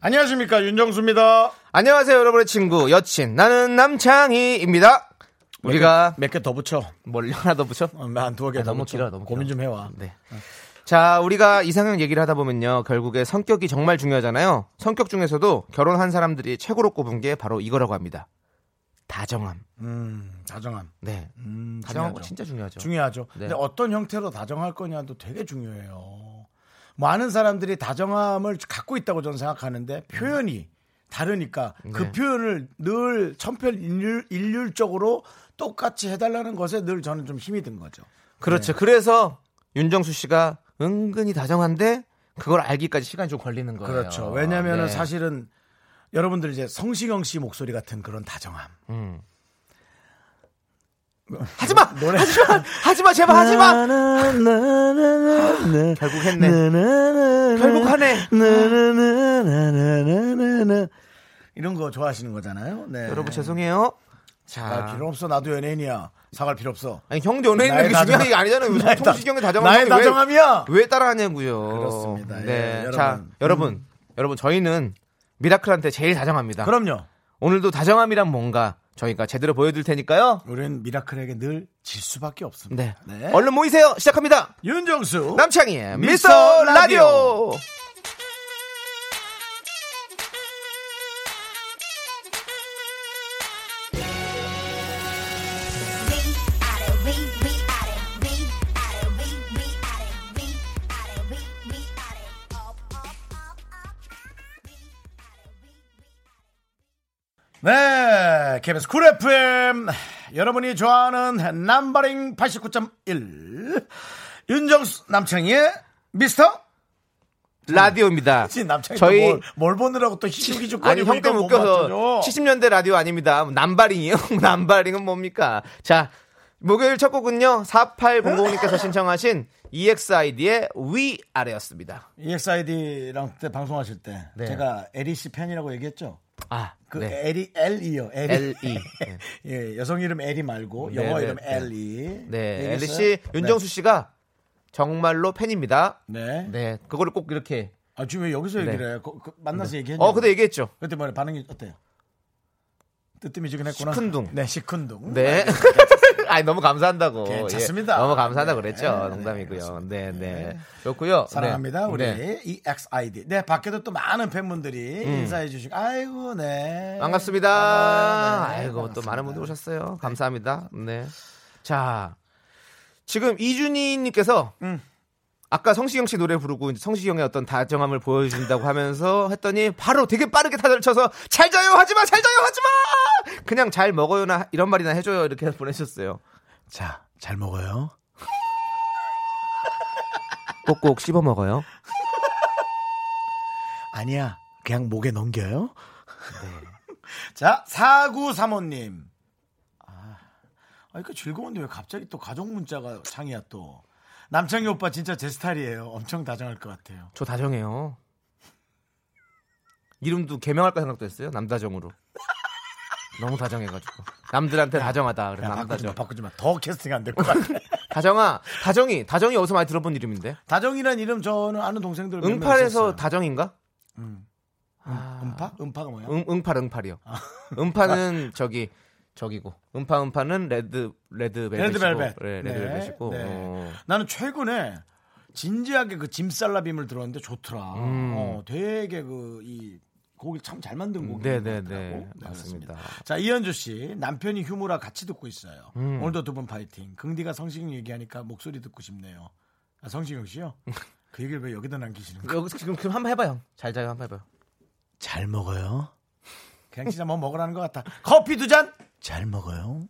안녕하십니까 윤정수입니다. 안녕하세요, 여러분의 친구 여친 나는 남창희입니다. 우리가 몇 개 더 붙여. 뭘 하나 더 붙여? 어, 한 두어 개 아, 더 너무 붙여. 길어, 너무 길어. 고민 좀 해와. 네. 자, 우리가 이상형 얘기를 하다 보면요, 결국에 성격이 정말 중요하잖아요. 성격 중에서도 결혼한 사람들이 최고로 꼽은 게 바로 이거라고 합니다. 다정함. 음, 다정함. 네, 음, 다정한 거 중요하죠. 진짜 중요하죠. 네. 중요하죠. 근데 어떤 형태로 다정할 거냐도 되게 중요해요. 많은 사람들이 다정함을 갖고 있다고 저는 음. 생각하는데 표현이 다르니까 네. 그 표현을 늘 천편일률 적으로 똑같이 해달라는 것에 늘 저는 좀 힘이 든 거죠. 그렇죠. 네. 그래서 윤정수 씨가 은근히 다정한데 그걸 알기까지 시간이 좀 걸리는 거예요. 그렇죠. 왜냐하면 네. 사실은 여러분들 이제 성시경 씨 목소리 같은 그런 다정함. 음. 하지마, 노래 하지마, 제발 하지마. 음. 하지마. 결국 했네. 결국 하네. 나나나나나나나 이런 거 좋아하시는 거잖아요. 네. 여러분 나 죄송해요. 자, 필요 없어. 나도 연예인이야. 사과할 필요 없어. 아니 형도 연예인은 나의 그게 중요한 다정- 얘기 아니잖아요. 무슨 나의 다- 통시경의 나의 다정함 다정함이야. 왜, 왜 따라하냐고요. 그렇습니다. 예, 네, 여러분. 자 음. 여러분, 여러분 저희는 미라클한테 제일 다정합니다. 그럼요. 오늘도 다정함이란 뭔가 저희가 제대로 보여드릴 테니까요. 우리는 미라클에게 늘 질 수밖에 없습니다. 네, 네. 얼른 모이세요. 시작합니다. 윤정수. 남창희의 미스터 미스터 라디오. 라디오. 네. KBS 쿨 FM. 여러분이 좋아하는 남바링 89.1. 윤정수 남창희의 미스터 라디오입니다. 씨, 남창희 저희 뭘, 뭘 보느라고 또 아니 희죽희죽거리고 그러니까 형 때문에 웃겨서 70년대 라디오 아닙니다. 뭐 남바링이요? 남바링은 뭡니까? 자 목요일 첫 곡은요 4800님께서 신청하신 E EXID의 위아래였습니다. E EXID랑 그때 방송하실 때 네. 제가 에리 씨 팬이라고 얘기했죠. 아, 그 네. 에리 L이요. 에리. LE. 네. 예, 여성 이름 에리 말고 네, 영어 네, 이름 네. 엘리. 네, 엘리 얘기했어요? 씨, 윤정수 씨가 정말로 팬입니다. 네. 네. 네, 그거를 꼭 이렇게. 아 지금 왜 여기서 얘기를 네. 해요? 그- 그 만나서 얘기했냐? 어, 그때 얘기했죠. 그때 뭐 반응이 어때요? 뜨뜨미지근 했구나. 시큰둥. 네, 시큰둥. 네. 아니 너무 감사한다고. 괜찮습니다. 예, 너무 감사하다 고 네, 그랬죠. 네, 농담이고요. 네, 네. 네. 좋고요. 사랑합니다 네. 우리 네. 음. EXID. 네 밖에도 또 많은 팬분들이 인사해 주시고 아이고 네 반갑습니다. 아, 네, 아이고 또 반갑습니다. 많은 분들 오셨어요. 감사합니다. 네. 자 지금 이준희님께서 음. 아까 성시경 씨 노래 부르고 이제 성시경의 어떤 다정함을 보여준다고 하면서 했더니 바로 되게 빠르게 타자를 쳐서 잘 자요 하지마 잘 자요 하지마 그냥 잘 먹어요나 이런 말이나 해줘요 이렇게 보내셨어요. 자, 잘 먹어요. 꼭꼭 씹어 먹어요. 아니야. 그냥 목에 넘겨요. 네. 자, 4935님. 아, 이거 즐거운데 왜 갑자기 또 가족 문자가 창이야 또. 남창희 오빠 진짜 제 스타일이에요. 엄청 다정할 것 같아요. 저 다정해요. 이름도 개명할까 생각도 했어요. 남다정으로. 너무 다정해가지고 남들한테 다정하다. 그래서 야, 바꾸지 마, 남다정. 바꾸지 마. 더 캐스팅 안 될 것 같아. 다정아, 다정이, 다정이 어디서 많이 들어본 이름인데? 다정이란 이름 저는 아는 동생들 몇명 응팔에서 있었어요. 다정인가? 응파? 응파가 아. 뭐야? 응, 응팔, 응팔이요. 응파는 저기 저기고, 응파, 응파는 레드 레드벨벳이고, 레드벨벳. 네, 레드벨벳이고. 네, 네. 어. 나는 최근에 진지하게 그 짐살라빔을 들었는데 좋더라. 음. 어, 되게 그 이 곡을 참 잘 만든 곡인 네, 것 네, 같더라고. 네. 네, 맞습니다. 그렇습니다. 자 이현주 씨 남편이 휴무라 같이 듣고 있어요. 음. 오늘도 두 분 파이팅. 긍디가 성시경 얘기하니까 목소리 듣고 싶네요. 아, 성시경 씨요? 그 얘기를 왜 여기다 남기시는 거예요? 여기 지금 그럼 한번 해봐요. 잘 자요, 한번 해봐요. 잘 먹어요. 그냥 진짜 뭐 먹으라는 것 같아. 커피 두 잔. 잘 먹어요.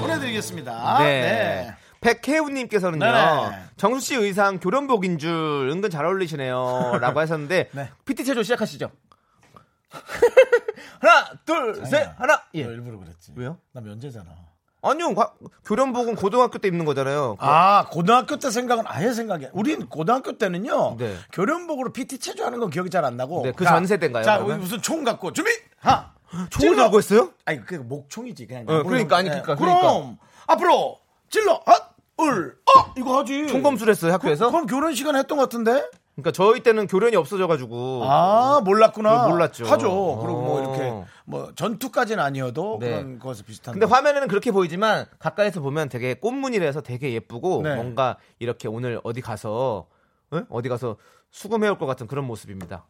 보내드리겠습니다. 네. 백혜우님께서는요, 아, 네네. 정수 씨 의상 교련복인 줄 은근 잘 어울리시네요. 라고 하셨는데, 네. PT 체조 시작하시죠. 하나, 둘, 셋, 아니야. 하나. 너 예. 일부러 그랬지. 왜요? 나 면제잖아. 아니요, 과- 교련복은 고등학교 때 입는 거잖아요. 아 고등학교 때 생각은 아예 생각이 우린 고등학교 때는요 네. 교련복으로 PT 체조하는 건 기억이 잘 안 나고 네, 그 자, 전 세대인가요, 자 그러면? 무슨 총 갖고 준비 하 총을 찔러! 갖고 했어요? 아니 그 목총이지 그냥 어, 그러니까, 아니, 네. 그러니까, 그럼 그러니까. 앞으로 찔러 아, 헛을어 이거 하지 총검술했어요 학교에서? 그럼 교련 시간 했던 것 같은데 그러니까 저희 때는 교련이 없어져가지고 아 몰랐구나 그거 몰랐죠. 하죠 그리고 뭐 어. 이렇게 뭐 전투까지는 아니어도 네. 그런 거에서 비슷한 근데 거. 화면에는 그렇게 보이지만 가까이서 보면 되게 꽃무늬라서 되게 예쁘고 네. 뭔가 이렇게 오늘 어디 가서 응? 어디 가서 수금해 올 것 같은 그런 모습입니다.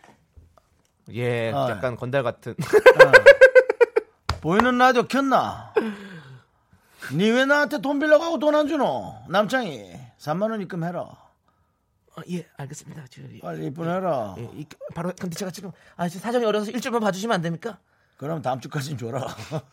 예, 아, 약간 건달 같은. 보이는 라디오 켰나? 니 왜 나한테 돈 빌려고 하고 돈 안 주노? 남창이 3만 원 입금해라. 예, 알겠습니다. 저, 예, 빨리 입금해라. 예, 이- 바로 근데 제가 지금 아, 지금 사정이 어려서 일주일만 봐주시면 안 됩니까? 그럼 다음 주까지는 줘라.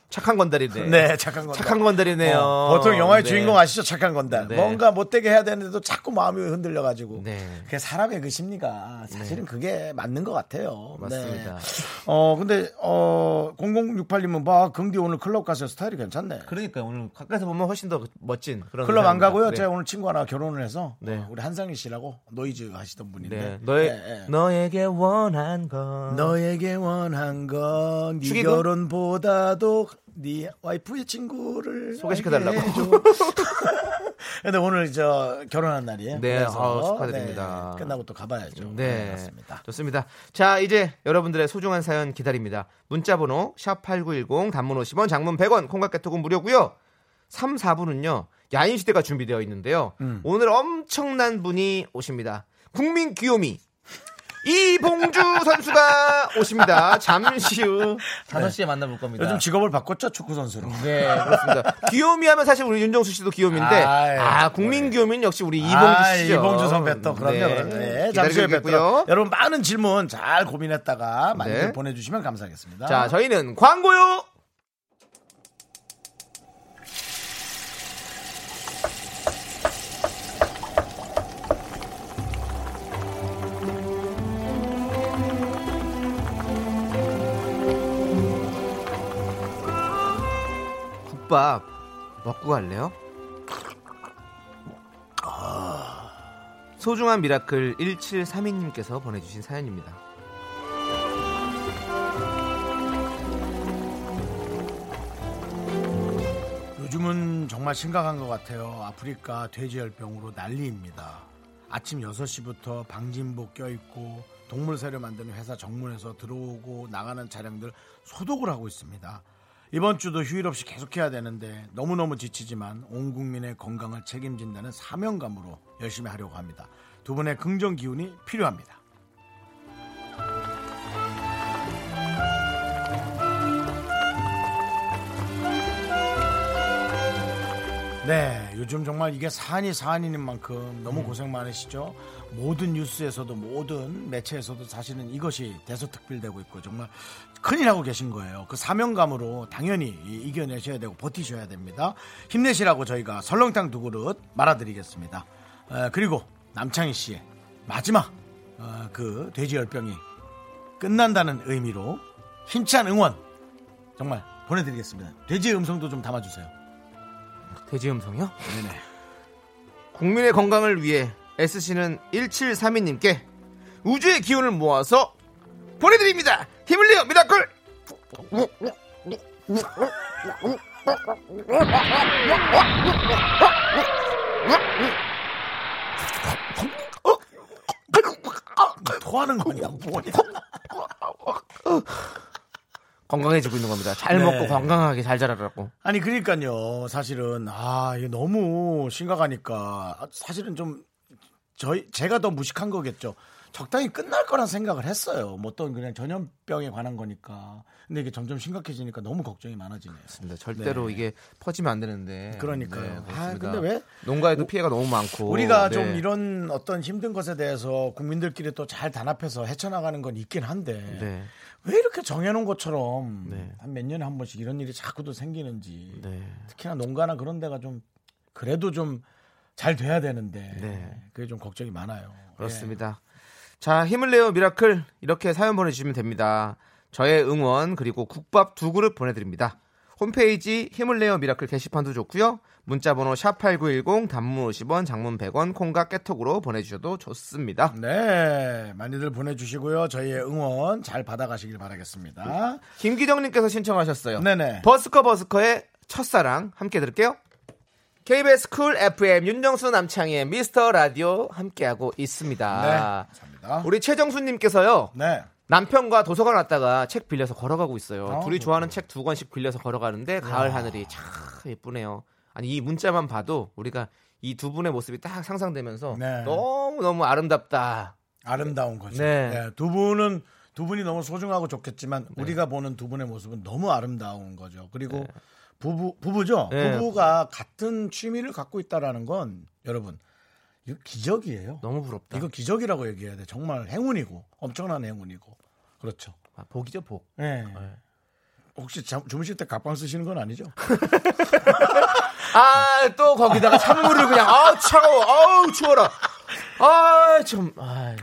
착한 건달이네. 착한 건달. 착한 건달이네요. 어, 보통 영화의 네. 주인공 아시죠? 착한 건달. 네. 뭔가 못되게 해야 되는데도 자꾸 마음이 흔들려가지고. 네. 그게 사람의 그 심리가 사실은 그게 맞는 것 같아요. 맞습니다. 네. 어, 근데, 어, 0068님은 봐, 긍디 오늘 클럽 가서 스타일이 괜찮네. 그러니까 오늘 가까이서 보면 훨씬 더 멋진 그런 클럽 안 사람이다. 가고요. 네. 제가 오늘 친구 하나 결혼을 해서 네. 어, 우리 한상희 씨라고 노이즈 하시던 분인데 네. 너의 예, 예. 너에게 원한 건 너에게 원한 건네 축의금? 결혼보다도 네 와이프의 친구를 소개시켜달라고. 알게 해줘. 근데 오늘 저 결혼한 날이에요. 네, 그래서 아우, 축하드립니다. 네, 끝나고 또 가봐야죠. 네. 맞습니다. 좋습니다. 자, 이제 여러분들의 소중한 사연 기다립니다. 문자 번호 샵8910 단문 50원, 장문 100원, 콩깍개톡은 무료고요. 3, 4분은요. 야인 시대가 준비되어 있는데요. 음. 오늘 엄청난 분이 오십니다. 국민 귀요미 이봉주 선수가 오십니다. 잠시 후 5시에 만나볼 겁니다. 요즘 직업을 바꿨죠 축구 선수로. 아, 네, 그렇습니다. 귀요미 하면 사실 우리 윤정수 씨도 귀요미인데, 아이, 네. 아, 국민 귀요미는 역시 우리 아, 이봉주 씨죠. 이봉주 선배 또 그럼요. 네. 그럼요. 네, 기다리고 잠시 후에 있겠고요. 뵙고요. 여러분 많은 질문 잘 고민했다가 많이 네. 보내주시면 감사하겠습니다. 자, 저희는 광고요! 국밥 먹고 갈래요? 아, 소중한 미라클 1732님께서 보내주신 사연입니다. 요즘은 정말 심각한 것 같아요. 아프리카 돼지열병으로 난리입니다. 아침 6시부터 방진복 껴입고 동물세를 만드는 회사 정문에서 들어오고 나가는 차량들 소독을 하고 있습니다. 이번 주도 휴일 없이 계속해야 되는데 너무너무 지치지만 온 국민의 건강을 책임진다는 사명감으로 열심히 하려고 합니다. 두 분의 긍정 기운이 필요합니다. 네, 요즘 정말 이게 사안이 사안인 만큼 너무 고생 많으시죠. 모든 뉴스에서도 모든 매체에서도 사실은 이것이 대서특필되고 있고 정말 큰일 하고 계신 거예요. 그 사명감으로 당연히 이- 이겨내셔야 되고 버티셔야 됩니다. 힘내시라고 저희가 설렁탕 두 그릇 말아드리겠습니다. 에, 그리고 남창희 씨의 마지막 어, 그 돼지열병이 끝난다는 의미로 힘찬 응원 정말 보내드리겠습니다. 돼지 음성도 좀 담아주세요. 돼지 음성이요? 네네. 국민의 건강을 위해 애쓰시는 1732님께 우주의 기운을 모아서 보내드립니다. 힘을 내요, 미라클! 토하는 거냐 뭐냐 건강해지고 있는 겁니다. 잘 네. 먹고 건강하게 잘 자라라고. 아니 그러니까요 사실은 아 이게 너무 심각하니까 사실은 좀 저희 제가 더 무식한 거겠죠 적당히 끝날 거란 생각을 했어요 뭐 어떤 그냥 전염병에 관한 거니까 근데 이게 점점 심각해지니까 너무 걱정이 많아지네요 근데 절대로 이게 퍼지면 안 되는데. 네, 그러니까요. 아, 그렇습니다. 근데 왜? 농가에도 피해가 너무 많고. 우리가 네. 좀 이런 어떤 힘든 것에 대해서 국민들끼리 또 잘 단합해서 헤쳐나가는 건 있긴 한데 네. 왜 이렇게 정해놓은 것처럼 네. 한 몇 년에 한 번씩 이런 일이 자꾸도 생기는지 네. 특히나 농가나 그런 데가 좀 그래도 좀 잘 돼야 되는데 네. 그게 좀 걱정이 많아요. 그렇습니다. 자, 힘을 내요 미라클 이렇게 사연 보내주시면 됩니다. 저의 응원 그리고 국밥 두 그릇 보내드립니다. 홈페이지 힘을 내어 미라클 게시판도 좋고요. 문자번호 샵8910 단문 50원 장문 100원 콩과 깨톡으로 보내주셔도 좋습니다. 예. 네, 많이들 보내주시고요. 저희의 응원 잘 받아가시길 바라겠습니다. 김기정님께서 신청하셨어요. 네네. 버스커 버스커의 첫사랑 함께 들을게요. KBS 쿨 FM 윤정수 남창희의 미스터 라디오 함께하고 네, 있습니다. 감사합니다. 아. 우리 최정수님께서요. 네, 남편과 도서관 왔다가 책 빌려서 걸어가고 있어요. 아, 둘이 그렇구나. 좋아하는 책 두 권씩 빌려서 걸어가는데 가을 하늘이 참 예쁘네요. 아니 이 문자만 봐도 우리가 이 두 분의 모습이 딱 상상되면서 네. 너무 너무 아름답다. 아름다운 거죠. 네. 네, 두 분은 두 분이 너무 소중하고 좋겠지만 우리가 보는 두 분의 모습은 너무 아름다운 거죠. 그리고 부부 부부죠. 네. 부부가 같은 취미를 갖고 있다라는 건 여러분 이거 기적이에요. 너무 부럽다. 이거 기적이라고 얘기해야 돼. 정말 행운이고 엄청난 행운이고 그렇죠. 아, 복이죠 복. 네. 혹시 잠- 주무실 때 각방 쓰시는 건 아니죠? 아 또 거기다가 찬물을 그냥 아 차가워 아우 추워라 아참 아,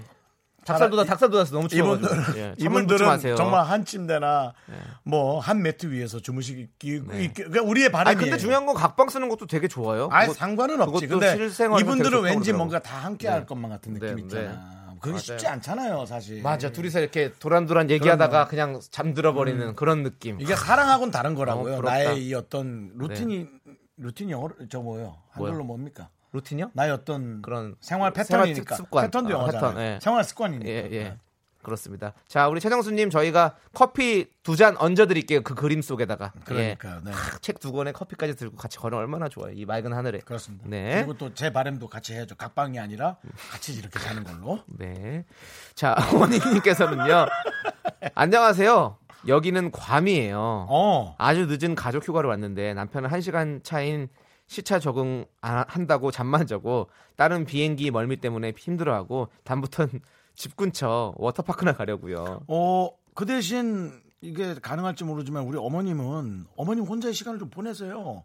닭살 돋아 닭살 돋아서 너무 예, 추워 이분들은 이분들은 정말 한 침대나 네. 뭐 한 매트 위에서 주무시기 이게 그러니까 우리의 바람이 아니 근데 중요한 건 각방 쓰는 것도 되게 좋아요 아예 그거- 상관은 없지. 그것도 근데 실생활에서 되게 이분들은 좋다고 왠지 그러더라고요. 뭔가 다 함께 할 것만 같은 네, 느낌 네. 있잖아. 그게 맞아요. 쉽지 않잖아요, 사실. 맞아 둘이서 이렇게 도란도란 얘기하다가 그냥 잠들어 버리는 그런 느낌 음. 이게 사랑하고는 다른 거라고요. 너무 부럽다. 네. 나의 이 어떤 루틴이 루틴이 영어로 저 뭐예요? 한글로 뭐요? 뭡니까? 루틴이요? 나의 어떤 그런 생활 생활 패턴이니까 습관. 패턴도 아, 영어잖아요. 패턴, 예. 생활 습관이니까. 예예 그렇습니다 자 우리 최정수님 저희가 커피 두 잔 얹어드릴게요 그 그림 속에다가 예. 그러니까요. 네. 책 두 권에 커피까지 들고 같이 걸으면 얼마나 좋아요 이 맑은 하늘에 그렇습니다. 네. 그리고 또 제 바램도 같이 해야죠. 각방이 아니라 같이 이렇게 사는 걸로. 네. 자, 어머니님께서는요. 안녕하세요. 여기는 괌이에요. 어. 아주 늦은 가족 휴가를 왔는데 남편은 1시간 차인 시차 적응 안 한다고 잠만 자고 딸은 비행기 멀미 때문에 힘들어하고 다음부턴 집 근처 워터파크나 가려고요. 어, 그 대신 이게 가능할지 모르지만 우리 어머님은 어머님 혼자의 시간을 좀 보내세요.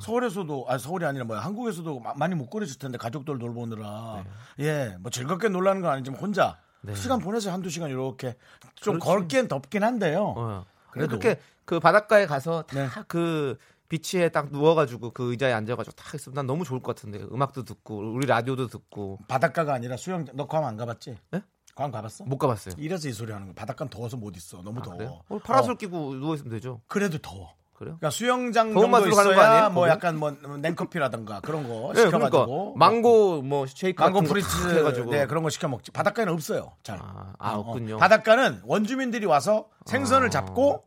서울에서도 아 서울이 아니라 뭐야 한국에서도 마- 많이 못 거리실 텐데 가족들 돌보느라 네. 예 뭐 즐겁게 놀라는 건 아니지만 혼자 시간 보내세요 한두 시간 이렇게 좀 걸기엔 덥긴 한데요 어. 그래도. 그래도 그렇게 그 바닷가에 가서 네. 다 그 비치에 딱 누워가지고 그 의자에 앉아가지고 딱 있으면 난 너무 좋을 것 같은데 음악도 듣고 우리 라디오도 듣고 바닷가가 아니라 수영장 너 괌 안 가봤지? 네? 괌 가봤어? 못 가봤어요. 이래서 이 소리 하는 거야 바닷가는 더워서 못 있어 너무 아, 더워 그래요? 어, 파라솔 어, 끼고 누워 있으면 되죠. 그래도 더워 그래요? 그러니까 수영장 더운 정도 맛으로 가는 거 있어야 아니에요? 뭐 거기? 약간 뭐 냉커피라든가 그런 거 네, 어, 시켜가지고 그러니까 망고 뭐 쉐이크 망고 같은 거 프리츠 해가지고 네 그런 거 시켜 먹지 바닷가에는 없어요 잘 아, 아, 어, 없군요. 아. 어. 바닷가는 원주민들이 와서 생선을 잡고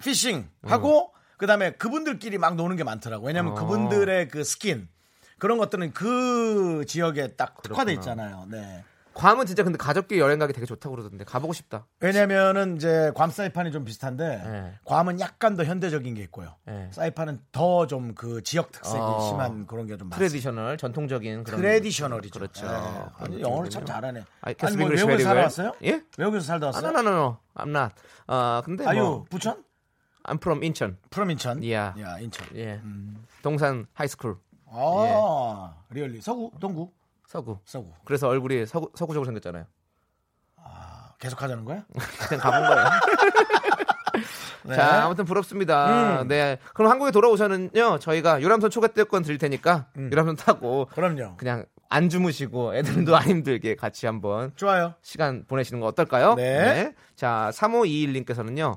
피싱 하고 그다음에 그분들끼리 막 노는 게 많더라고 왜냐면 음. 어. 그분들의 그 스킨 그런 것들은 그 지역에 딱 특화돼 있잖아요 네 괌은 진짜 근데 가족끼리 여행 가기 되게 좋다고 그러던데 가보고 싶다. 왜냐면은 이제 괌 사이판이 좀 비슷한데 네. 괌은 약간 더 현대적인 게 있고요 네. 사이판은 더 좀 그 지역 특색이 어. 심한 그런 게 좀 많습니다. 트레디셔널 전통적인 그런 트레디셔널이죠. 그렇죠. 예. 아니, 그런 영어를 느낌이군요. 참 잘하네. I can 아니, 뭐 speak 외국에서 English very well. 살아왔어요? 예? 외국에서 살다 아, 왔어요? no, no, no, no. I'm not. 아, 근데 아유, 뭐 부천? I'm from 인천. 프롬 인천. Yeah. 야, 인천. 예. 음. 동산 하이스쿨 아, 리얼리. 서구, 동구, 서구. 서구. 그래서 얼굴이 서구 서구적으로 생겼잖아요. 아, 계속 하자는 거야? 그냥 가본 거예요. 네. 음. 자, 아무튼 부럽습니다. 네. 그럼 한국에 돌아오셔는요, 저희가 유람선 초가대권 드릴 테니까, 유람선 타고, 음. 그럼요. 그냥 안 주무시고, 애들도 안 힘들게 같이 한번 좋아요. 시간 보내시는 거 어떨까요? 네. 자, 3521님께서는요,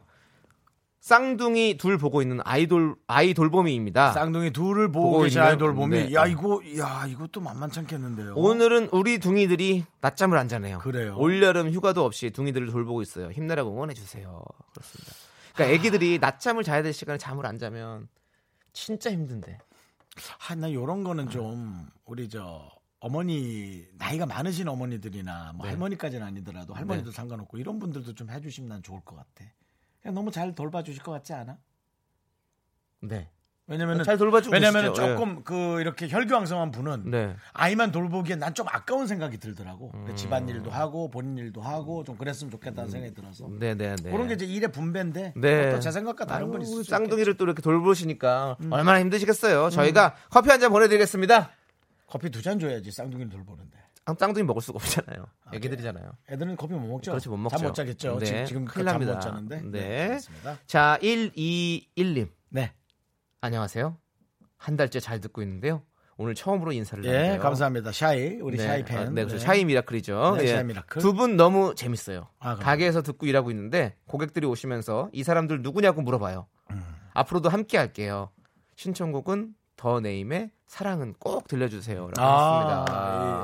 쌍둥이 둘 보고 있는 아이돌, 아이 돌봄이입니다. 쌍둥이 둘을 보고 보고 계신 있는- 아이돌 보면 네. 야, 이거, 야, 이것도 만만찮겠는데요. 오늘은 우리 둥이들이 낮잠을 안 자네요. 그래요. 올여름 휴가도 없이 둥이들을 돌보고 있어요. 힘내라고 응원해주세요. 그렇습니다. 그러니까 애기들이 낮잠을 자야 될 시간에 잠을 안 자면 진짜 힘든데. 아, 나 요런 거는 좀, 우리 저, 어머니, 나이가 많으신 어머니들이나, 네. 뭐 할머니까지는 아니더라도, 할머니도 상관없고, 이런 분들도 좀 해주시면 난 좋을 것 같아. 그냥 너무 잘 돌봐주실 것 같지 않아? 네. 왜냐면은 잘 돌봐주고 왜냐면은 계시죠. 예. 조금 그 이렇게 혈기왕성한 분은 네. 음. 아이만 돌보기엔 난 좀 아까운 생각이 들더라고. 그 집안 일도 하고 본인 일도 하고 좀 그랬으면 좋겠다는 생각이 들어서 네, 네, 네. 그런 게 이제 일의 분배인데 네. 또제 생각과 다른 건 아유, 있을 수 음. 쌍둥이를 또 이렇게 돌보시니까 얼마나 힘드시겠어요. 저희가 커피 한 잔 보내드리겠습니다. 있겠- 커피 두 잔 줘야지 쌍둥이를 돌보는데. 쌍둥이 먹을 수가 없잖아요. 애기들이잖아요. 애들은 커피 못 먹죠. 그렇지, 못 먹죠. 잠 못 자겠죠. 네, 지금, 지금 그 큰일 잠못 납니다. 자는데. 네. 그렇습니다. 자, 121님. 네. 안녕하세요. 한 달째 잘 듣고 있는데요. 오늘 처음으로 인사를 예, 나누네요. 감사합니다. 샤이 우리 네, 샤이 아, 팬. 네, 그렇죠. 샤이 미라클이죠. 예. 네, 샤이 미라클. 두 분 너무 재밌어요. 아, 그래요? 가게에서 듣고 일하고 있는데 고객들이 오시면서 이 사람들 누구냐고 물어봐요. 음. 앞으로도 함께 할게요. 신청곡은 더 네임의 사랑은 꼭 들려주세요. 라고 아, 했습니다.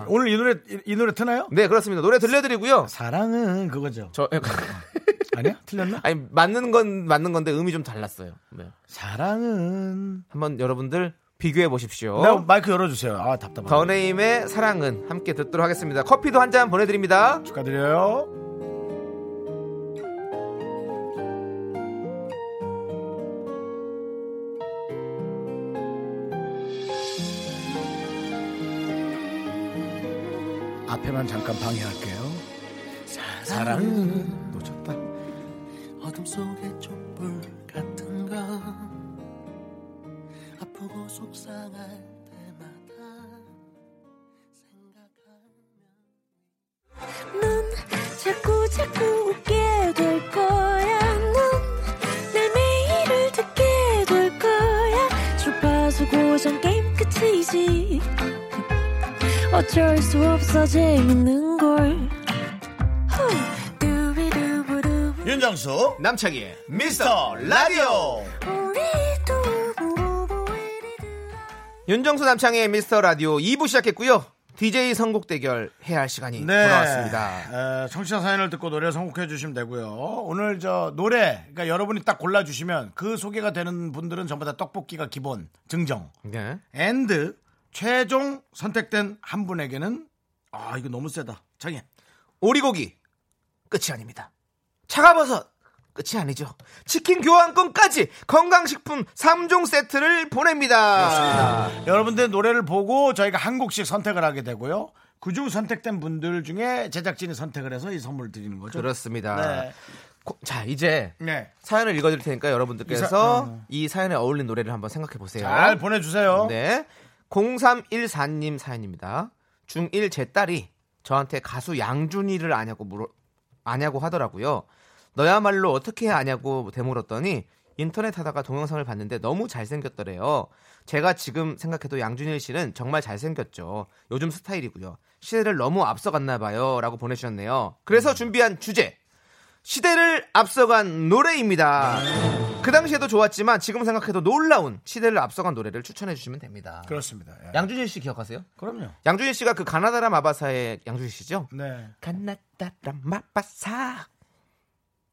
예. 오늘 이 노래 이, 이 노래 트나요? 네, 그렇습니다. 노래 들려드리고요. 사랑은 그거죠. 저 아니야? 틀렸나? 아니 맞는 건 맞는 건데 음이 좀 달랐어요. 네. 사랑은. 한번 여러분들 비교해 보십시오. 네, 마이크 열어주세요. 아 답답하다. 더네임의 사랑은 함께 듣도록 하겠습니다. 커피도 한 잔 보내드립니다. 축하드려요. 앞에만 잠깐 방해할게요. 사랑은 놓쳤다. 어둠 속의 촛불 같은 건 아프고 속상할 때마다 생각하면 넌 자꾸 자꾸 웃게 될 거야. 넌내 매일을 듣게 될 거야. 주파수 고정 게임 끝이지. 어쩔 수 없어 재밌는 걸. 후. 두비두부두. 윤정수 남창희의 미스터 라디오. 우리 두부부부 우리 두부부. 윤정수 남창희의 미스터 라디오 2부 시작했고요. DJ 선곡 대결 해야 할 시간이 네. 예, 돌아왔습니다. 에, 청취자 사연을 듣고 노래 선곡해 주시면 되고요. 오늘 저 노래, 그러니까 여러분이 딱 골라 주시면 그 소개가 되는 분들은 전부 다 떡볶이가 기본 증정. 네. 앤드 최종 선택된 한 분에게는 아 이거 너무 세다. 장애. 오리고기 끝이 아닙니다. 차가버섯 끝이 아니죠. 치킨 교환권까지 건강식품 3종 세트를 보냅니다. 여러분들 노래를 보고 저희가 한 곡씩 선택을 하게 되고요. 그중 선택된 분들 중에 제작진이 선택을 해서 이 선물 드리는 거죠. 그렇습니다. 네. 고- 자 이제 네. 사연을 읽어드릴 테니까 여러분들께서 이, 사연에 어울린 노래를 한번 생각해 보세요. 어. 잘 보내주세요. 네. 0314님 사연입니다. 중1 제 딸이 저한테 가수 양준이를 아냐고 물어, 아냐고 하더라고요. 너야말로 어떻게 해야 아냐고 되물었더니 인터넷 하다가 동영상을 봤는데 너무 잘생겼더래요. 제가 지금 생각해도 양준일 씨는 정말 잘생겼죠. 요즘 스타일이고요. 시대를 너무 앞서갔나 봐요. 라고 보내주셨네요. 그래서 준비한 주제. 시대를 앞서간 노래입니다. 그 당시에도 좋았지만 지금 생각해도 놀라운 시대를 앞서간 노래를 추천해 주시면 됩니다. 그렇습니다. 예. 양준일 씨 기억하세요? 그럼요. 양준일 씨가 그 가나다라 마바사의 양준일 씨죠? 네. 가나다라 마바사.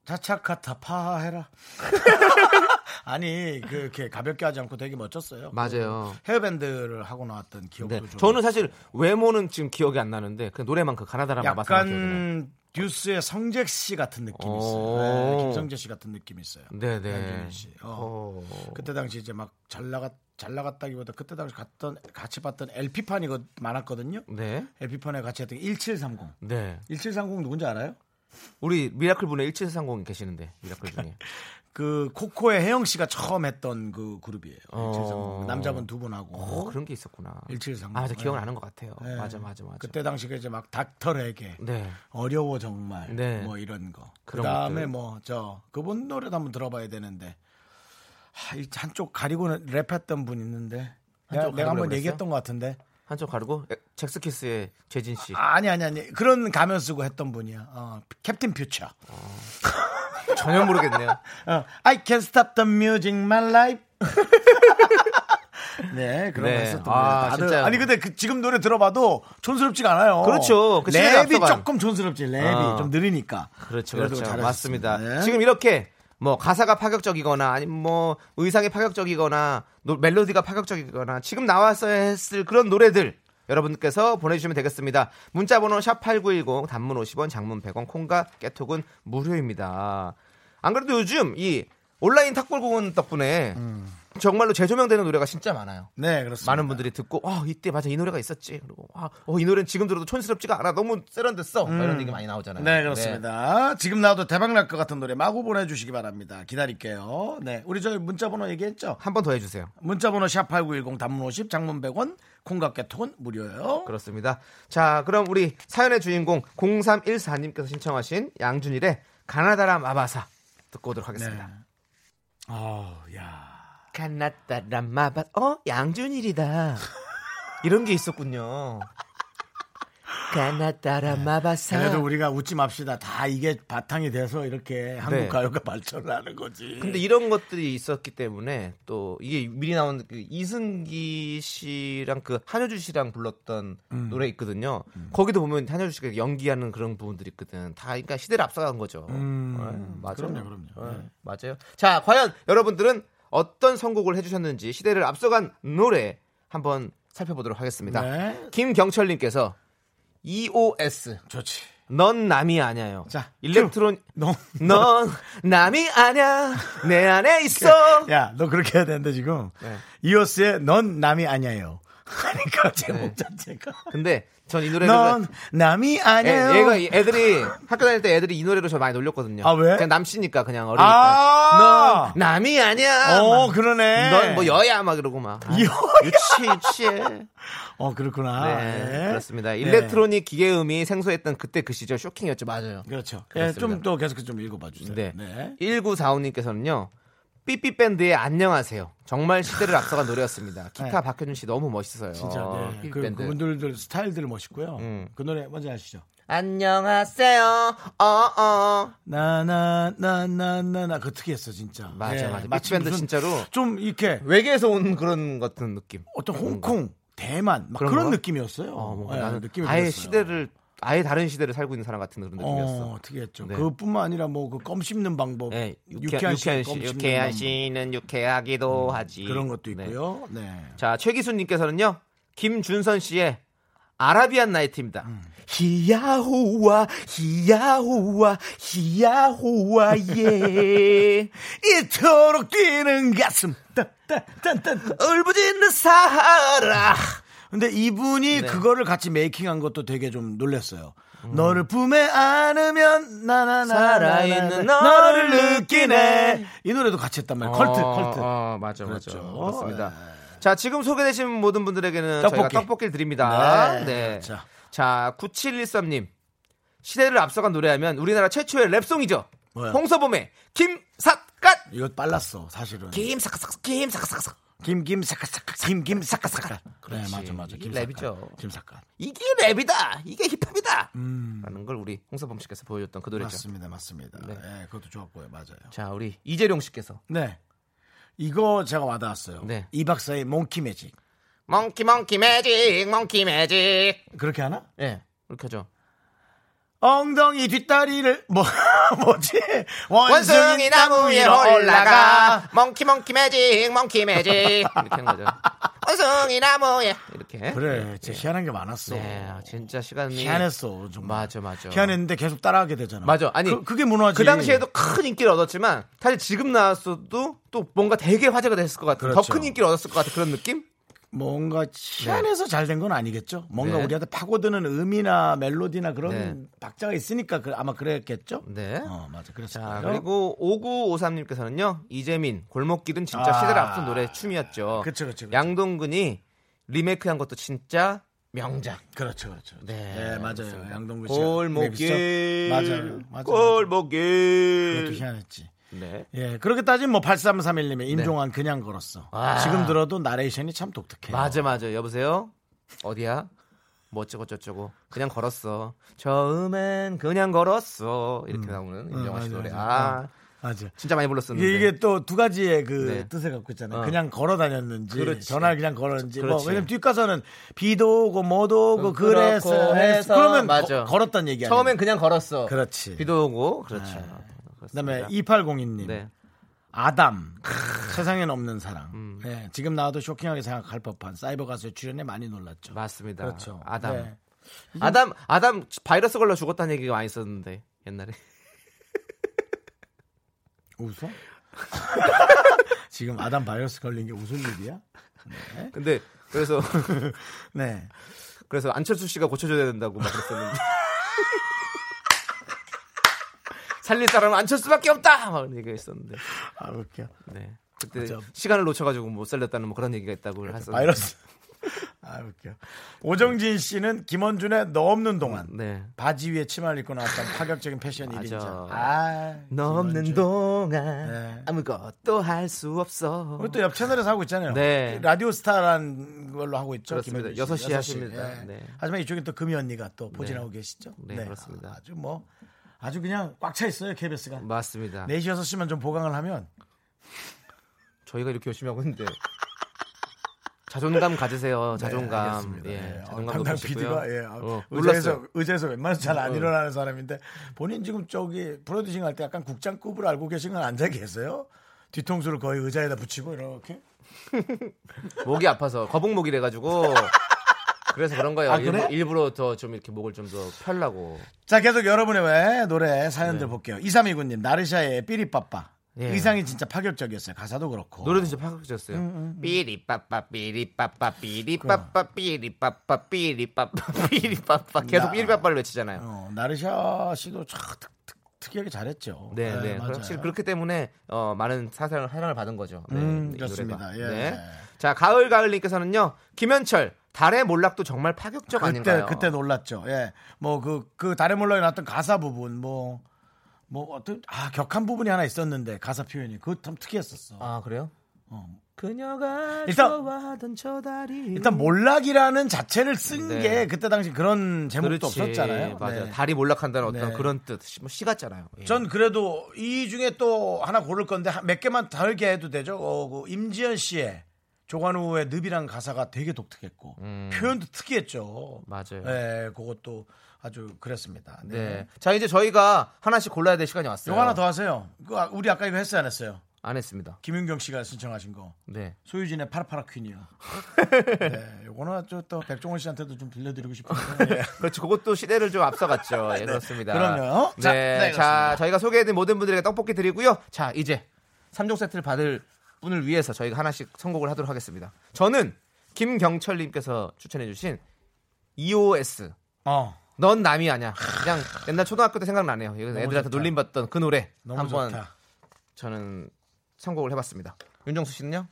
차차카타 파해라. 아니 그렇게 가볍게 하지 않고 되게 멋졌어요. 맞아요. 헤어밴드를 하고 나왔던 기억도 네. 좀. 저는 사실 외모는 지금 기억이 안 나는데 그 노래만 그 가나다라 마바사. 약간 듀스의 성재 씨 같은 느낌이 있어요. 오. 네, 김성재 씨 같은 느낌이 있어요. 네네. 양준일 씨. 어. 그때 당시 이제 막 잘 나갔 잘 나갔다기보다 그때 당시 갔던 같이 봤던 LP 판이 많았거든요. 네. LP 판에 같이 했던 게 1730. 네. 1730 누군지 알아요? 우리 미라클 분의 1730 계시는데 미라클 중에. 그 코코의 혜영 씨가 처음 했던 그 그룹이에요. 1730 어. 남자분 두 분하고 어, 그런 게 있었구나. 1730. 아, 저 기억은 네. 안 하는 것 같아요. 네. 맞아, 맞아, 맞아. 그때 당시에 이제 막 닥터에게 네. 어려워 정말 네. 뭐 이런 거. 그런 그다음에 것들. 뭐 저 그분 노래도 한번 들어봐야 되는데 하, 이 한쪽 가리고는 랩했던 분 있는데 내가, 한쪽 내가 한번 가리려고 얘기했던 것 같은데 한쪽 가르고 잭스키스의 재진 씨. 아, 아니 아니 아니 그런 가면 쓰고 했던 분이야. 어, 캡틴 퓨처. 전혀 모르겠네요. 어, I can't stop the music, my life. 네, 그런 네. 거 했었던 아, 거예요. 다들- 진짜요? 아니 근데 그 지금 노래 들어봐도 촌스럽지가 않아요. 그렇죠. 그 시대에 랩이 앞서간. 조금 촌스럽지. 랩이 어. 좀 느리니까. 그렇죠, 그래도 그렇죠. 잘하셨습니다. 맞습니다. 네. 지금 이렇게 뭐 가사가 파격적이거나 아니면 뭐 의상이 파격적이거나 노- 멜로디가 파격적이거나 지금 나왔어야 했을 그런 노래들 여러분께서 보내주시면 되겠습니다. 문자번호 샵8910 단문 50원 장문 100원 콩과 깨톡은 음. 무료입니다. 안 그래도 요즘 이 온라인 탁골공원 덕분에 정말로 재조명되는 노래가 진짜 많아요. 네, 그렇습니다. 많은 분들이 듣고 아 이때 맞아 이 노래가 있었지 그리고 아이 노래는 지금 들어도 촌스럽지가 않아 너무 세련됐어 막 이런 얘기 많이 나오잖아요 네, 그렇습니다. 지금 나와도 대박 날 것 같은 노래 마구 보내주시기 바랍니다. 기다릴게요. 네, 우리 저희 문자번호 얘기했죠? 한 번 더 해주세요 문자번호 샵8910 단문 50, 장문 100원, 콩각개톡은 무료예요. 그렇습니다 자 그럼 우리 사연의 주인공 0314님께서 신청하신 양준일의 가나다람 아바사 듣고 오도록 하겠습니다 네. 아, 야. 가나다람 아바 어 양준일이다 이런 게 있었군요 가나다람 아바사 그래도 우리가 웃지 맙시다. 다 이게 바탕이 돼서 이렇게 한국 네. 가요가 발전을 하는 거지. 근데 이런 것들이 있었기 때문에 또 이게 미리 나온 그 이승기 씨랑 그 한효주 씨랑 불렀던 음. 노래 있거든요. 거기도 보면 한효주 씨가 연기하는 그런 부분들이 있거든. 다 그러니까 시대를 앞서간 거죠. 네, 맞아요. 음. 그럼요, 그럼요. 네, 맞아요. 자, 과연 여러분들은 어떤 선곡을 해주셨는지 시대를 앞서간 노래 한번 살펴보도록 하겠습니다. 네. 김경철님께서 EOS 좋지. 넌 남이 아니에요. 자, 일렉트론 너, 넌 남이 아냐 내 안에 있어 야, 너 그렇게 해야 되는데 지금. 네. 이오스의 넌 남이 아니에요. 그러니까 제목 네. 자체가. 근데 전 이 노래를 넌 남이 아니에요. 예, 얘가 이 애들이 학교 다닐 때 애들이 이 노래로 저 많이 놀렸거든요. 아, 왜? 그냥 남씨니까 그냥 아! 어리니까. 넌 남이 아니야. 어, 그러네. 넌 뭐 여야 막 이러고 막. 아, 여야. 유치 유치해. 어, 그렇구나. 네, 네. 그렇습니다. 네. 일렉트로닉 기계음이 생소했던 그때 그 시절 쇼킹이었죠. 네. 맞아요. 그렇죠. 예, 그렇습니다. 좀또 계속 좀 읽어봐 주세요. 네. 네. 1945님께서는요. 삐삐 밴드의 안녕하세요. 정말 시대를 앞서간 노래였습니다. 네. 기타 박효준 씨 너무 멋있어요. 진짜 네. 삐삐 그, 밴드. 음. 그분들들 스타일들 멋있고요. 그 노래 뭔지 아시죠? 안녕하세요. 어 어. 나나나나나나 그 특이했어 진짜. 맞아, 예, 맞아. 마치 빅밴드 무슨 진짜로. 좀 이렇게 외계에서 온 그런 같은 느낌. 어떤 홍콩, 대만 막 음. 그런 그런, 거야? 느낌이었어요. 어, 뭔가 예, 나는 느낌이 아예 들었어요. 시대를 아예 다른 시대를 살고 있는 사람 같은 그런 느낌이었어. 어, 특이했죠. 네. 그뿐만 아니라 뭐 그 껌 씹는 방법, 예, 유쾌한 씨, 껌 씹는 유쾌한 방법, 씨는 유쾌하기도 하지. 그런 것도 네. 있고요. 네. 자 최기수님께서는요 김준선 씨의 아라비안 나이트입니다. 음. 히야호와 히야호와 히야호와 예 이토록 뛰는 가슴. 딴, 딴, 딴, 딴. 울부짖는 사하라 근데 네. 이분이 그거를 같이 메이킹한 것도 되게 좀 놀랐어요. 너를 품에 안으면 나나나 살아있는 너를 느끼네. 이 노래도 같이 했단 말이에요. 컬트 어, 컬트. 어, 맞아 맞아 그렇죠. 예. 그렇습니다. 자 지금 소개되신 모든 분들에게는 떡볶이. 저희가 떡볶이를 드립니다. 네. 네. 자. 자. 9713님 시대를 앞서간 노래하면 우리나라 최초의 랩송이죠. 뭐야? 홍서범의 김삿갓 이거 빨랐어 사실은. 김삭삭 김삭삭삭 김김 사카사카 김김 사카사카. 그래 그렇지. 맞아 맞아. 이게 김사카. 랩이죠. 김사카. 이게 랩이다 이게 힙합이다 음. 라는 걸 우리 홍서범 씨께서 보여줬던 그 노래죠. 네. 맞습니다 맞습니다. 예, 그것도 좋았고요 맞아요. 자 우리 이재룡 씨께서 네. 이거 제가 와닿았어요. 네. 이 박사의 몽키 매직. 멍키 멍키 매직 멍키 매직 예 그렇게 하나? 이렇게 하죠. 엉덩이 뒷다리를 뭐 뭐지 원숭이 나무 위에 올라가 멍키 멍키 매직 멍키 매직 이렇게 하는 거죠 원숭이 나무에 이렇게 그래 진짜 희한한 게 많았어 네 진짜 시간이 희한했어 정말 맞아 맞아 희한했는데 계속 따라하게 되잖아 맞아 아니 그, 그게 문화지 그 당시에도 큰 인기를 얻었지만 사실 지금 나왔어도 또 뭔가 되게 화제가 됐을 것 같은 그렇죠. 더 큰 인기를 얻었을 것 같은 그런 느낌 뭔가 희한해서 잘 된 건 아니겠죠 뭔가 네. 우리한테 파고드는 음이나 멜로디나 그런 네. 박자가 있으니까 그, 아마 그랬겠죠 네. 어 맞아 그랬어요 자 그리고 5953님께서는요 이재민 골목길은 진짜 아. 시대를 앞선 노래 춤이었죠 그쵸, 그쵸, 그쵸. 양동근이 리메이크한 것도 진짜 명작 그렇죠 그렇죠 네, 네, 맞아요 양동근 씨 골목길 맞아요 맞아요 그것도 골목길 희한했지 네. 예, 그렇게 따지면 뭐 8331님의 임종환 그냥 걸었어. 아. 지금 들어도 나레이션이 참 독특해. 맞아 맞아 여보세요 어디야 뭐 어쩌고 저쩌고 그냥 걸었어 처음엔 그냥 걸었어 이렇게 나오는 임영화 음. 맞아, 씨 노래 맞아. 아 맞아. 진짜 많이 이게, 불렀었는데 이게 또 두 가지의 그 네. 뜻을 갖고 있잖아요. 어. 그냥 걸어 다녔는지, 그렇지. 전화를 그냥 걸었는지. 뭐, 그렇지. 왜냐면 뒷가서는 비도 오고 뭐도 오고 음, 그래서 해서 그렇고 해서 그러면 맞아. 걸었단 얘기 아니에요. 처음엔 그냥 걸었어 그렇지. 네. 비도 오고 그렇죠 그다음에 그렇습니다. 2802님 네. 아담 세상엔 없는 사랑. 음. 예, 지금 나와도 쇼킹하게 생각할 법한 사이버 가수의 출연에 많이 놀랐죠. 맞습니다 그렇죠. 아담 네. 아담 아담 바이러스 걸려 죽었다는 얘기가 많이 있었는데 옛날에 웃어? 지금 아담 바이러스 걸린 게 웃을 일이야? 네. 근데 그래서 네. 그래서 안철수 씨가 고쳐줘야 된다고 막 그랬었는데 살릴 사람은 안철수밖에 없다 막 이런 얘기가 있었는데 아, 웃겨. 네. 그때 맞아. 그렇죠. 시간을 놓쳐가지고 못 살렸다는 뭐 그런 얘기가 있다고 했었는데 바이러스. 아, 웃겨. 오정진 씨는 김원준의 너 없는 동안. 네. 바지 위에 치마를 입고 나왔던 파격적인 패션 맞아. 1인자. 아, 너 없는 김원준. 동안 네. 아무것도 할 수 없어. 그리고 또옆 채널에서 하고 있잖아요. 네. 라디오스타라는 걸로 하고 있죠. 그렇습니다. 김현준 씨. 여섯 시에 여섯 시. 하십니다. 예. 네. 하지만 이쪽에 또 금희 언니가 또 보진하고 계시죠. 네, 그렇습니다. 아, 주 뭐, 아주 그냥 꽉 차 있어요, KBS가. 맞습니다. 4시, 6시만 좀 보강을 하면 저희가 이렇게 열심히 하고 있는데 자존감 가지세요. 자존감. 알겠습니다. 예. 예. 자존감 담당 높이시고요. PD가 예. 아, 어, 의자에서 놀랐어요. 의자에서 웬만해서 잘 안 일어나는 사람인데 본인 지금 저기 프로듀싱 할 때 약간 국장급을 알고 계신 건 앉아 계세요? 뒤통수를 거의 의자에다 붙이고 이렇게 목이 아파서 거북목이래 가지고 그래서 그런 거예요. 아, 그래? 일부, 러 더 좀 이렇게 목을 좀 더 펴려고. 자 계속 여러분의 왜 노래 사연들 볼게요 2329님 나르샤의 삐리빠빠 네. 예. 의상이 진짜 파격적이었어요 음, 가사도 그렇고 노래도 진짜 파격적이었어요. 삐리빠빠 삐리빠빠 삐리빠빠 삐리빠빠 삐리빠빠 삐리빠빠 계속 그러니까. 나- 삐리빠빠를 외치잖아요. 어, 나르샤 씨도 참 특, 이하게 잘했죠 예, 네, 네. 맞아요. 확실히 그렇기 때문에 어, 많은 사랑을, 사랑을 받은 거죠. 네, 음, 이 그렇습니다. 노래가. 네. 예. 자, 가을 가을님께서는요. 김현철 달의 몰락도 정말 파격적 그때 아닌가요? 그때 놀랐죠. 예. 뭐 그 그 다른 몰락에 나왔던 가사 부분 뭐 뭐 어떤 아 격한 부분이 하나 있었는데 가사 표현이 그거 참 특이했었어. 아 그래요? 어. 그녀가 일단- 좋아하던 저 다리. 일단 몰락이라는 자체를 쓴 게 네. 그때 당시 그런 제목도 없었잖아요. 맞아. 네. 달이 몰락한다는 어떤 네. 그런 뜻. 시, 뭐 시 같잖아요. 예. 전 그래도 이 중에 또 하나 고를 건데 한- 몇 개만 다르게 해도 되죠. 어, 그 임지연 씨의 조관우의 늪이라는 가사가 되게 독특했고 음. 표현도 특이했죠. 맞아요. 예, 그것도 아주 그랬습니다. 네. 자 이제 저희가 하나씩 골라야 될 시간이 왔어요. 요거 네. 하나 더 하세요. 그 우리 아까 이거 했어요, 안 했어요? 안 했습니다. 김윤경 씨가 신청하신 거. 네. 소유진의 파라파라 퀸이요. 네, 요거는 저또 백종원 씨한테도 좀 들려드리고 싶은데. 예. 그렇죠. 그것도 시대를 좀 앞서갔죠. 예, 그렇습니다. 그럼요. 자, 네. 자, 네, 그렇습니다. 저희가 소개해드린 모든 분들에게 떡볶이 드리고요. 자, 이제 3종 세트를 받을 분을 위해서 저희가 하나씩 선곡을 하도록 하겠습니다. 저는 김경철님께서 추천해주신 EOS. 어, 넌 남이 아니야. 그냥 옛날 초등학교 때 생각나네요. 이거 좋다. 애들한테 놀림받던 그 노래 너무 한번 좋다. 저는 선곡을 해봤습니다. 윤정수 씨는요?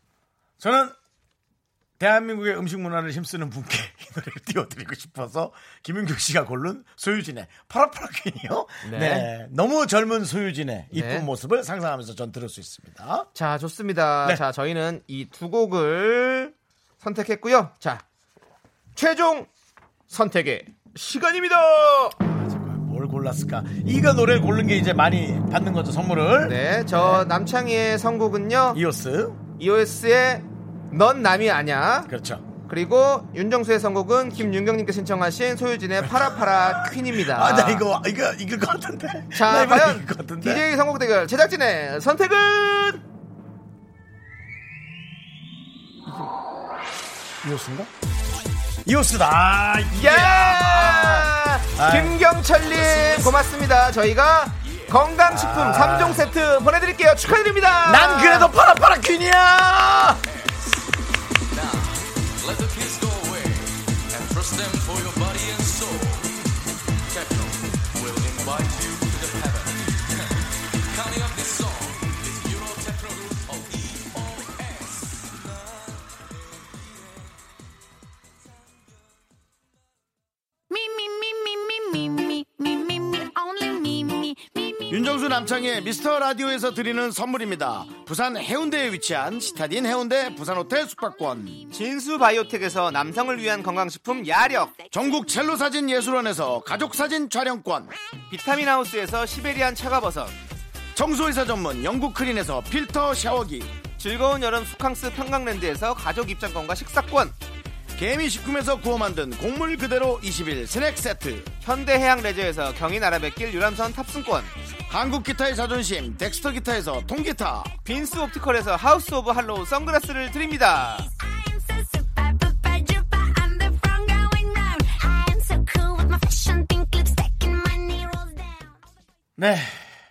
저는 대한민국의 음식 문화를 힘쓰는 분께 이 노래를 띄워드리고 싶어서 김윤경 씨가 고른 소유진의 파라파라 퀸이요. 네. 네. 너무 젊은 소유진의 이쁜 네. 모습을 상상하면서 전 들을 수 있습니다. 자, 좋습니다. 네. 자, 저희는 이 두 곡을 선택했고요. 자, 최종 선택의 시간입니다. 정말 뭘 골랐을까? 이거 노래를 고른 게 이제 많이 받는 거죠, 선물을. 네, 저 남창희의 선곡은요. 이오스. EOS의 넌 남이 아냐. 그렇죠. 그리고 윤정수의 선곡은 김윤경님께 신청하신 소유진의 파라파라 퀸입니다. 아, 나 이거, 이거 이길 것 같은데. 나 자, 이거 과연 이길 것 같은데. DJ 선곡 대결 제작진의 선택은 이오스인가? 이오스다. 아, 예! 아유. 김경철님 고맙습니다. 저희가 건강식품 3종 세트 보내드릴게요. 축하드립니다. 난 그래도 파라파라 퀸이야! Me, me, me, me, me, me, me, me, me, me, only me, me, me, me. 윤정수 남창의 미스터 라디오에서 드리는 선물입니다. 부산 해운대에 위치한 시타딘 해운대 부산 호텔 숙박권. 진수 바이오텍에서 남성을 위한 건강식품 야력. 전국 첼로 사진 예술원에서 가족 사진 촬영권. 비타민 하우스에서 시베리안 차가버섯. 청소회사 전문 영국 크린에서 필터 샤워기. 즐거운 여름 수캉스 평강랜드에서 가족 입장권과 식사권. 개미 식품에서 구워 만든 곡물 그대로 20일 스낵 세트. 현대해양 레저에서 경인아라뱃길 유람선 탑승권. 한국 기타의 자존심 덱스터 기타에서 통기타. 빈스 옵티컬에서 하우스 오브 할로우 선글라스를 드립니다. I am so super, super duper. I'm the front going round. I am so cool with my fashion, pink lipstick, and my knee rolls down. 네.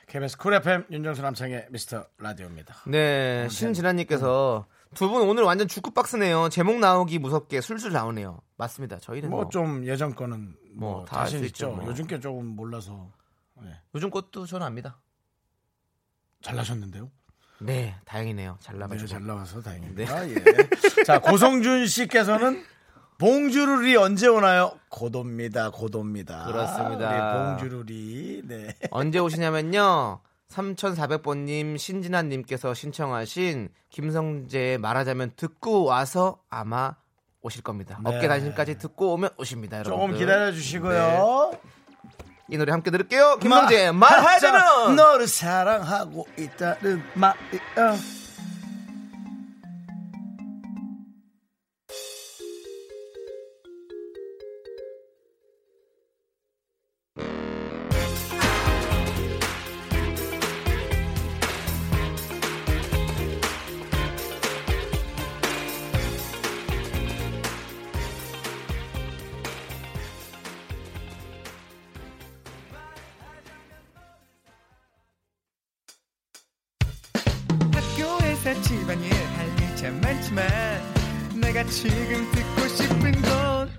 KBS 쿨 FM 윤정수 남창의 미스터 라디오입니다. 네, 신진아님께서 두 분 오늘 완전 축구 박스네요. 제목 나오기 무섭게 술술 나오네요. 맞습니다. 저희는 뭐, 뭐 좀 예전 거는 뭐 뭐다알수 다시 있죠, 있죠. 뭐. 요즘 게 조금 몰라서 요즘 것도 저는 압니다. 잘 나셨는데요. 네, 다행이네요. 잘 네, 나가지고. 잘 나와서 다행입니다. 네. 예. 자 고성준 씨께서는 봉주룰이 언제 오나요? 고도입니다. 고도입니다. 그렇습니다. 우리 봉주룰이 네. 언제 오시냐면요. 3400번님 신진아님께서 신청하신 김성재의 말하자면 듣고 와서 아마 오실 겁니다. 네. 어깨 단신까지 듣고 오면 오십니다. 여러분. 조금 기다려 주시고요. 이 노래 함께 들을게요. 김성재 말하자면 너를 사랑하고 있다는 말. 학교에서 집안일 할 일 참 많지만 내가 지금 듣고 싶은 건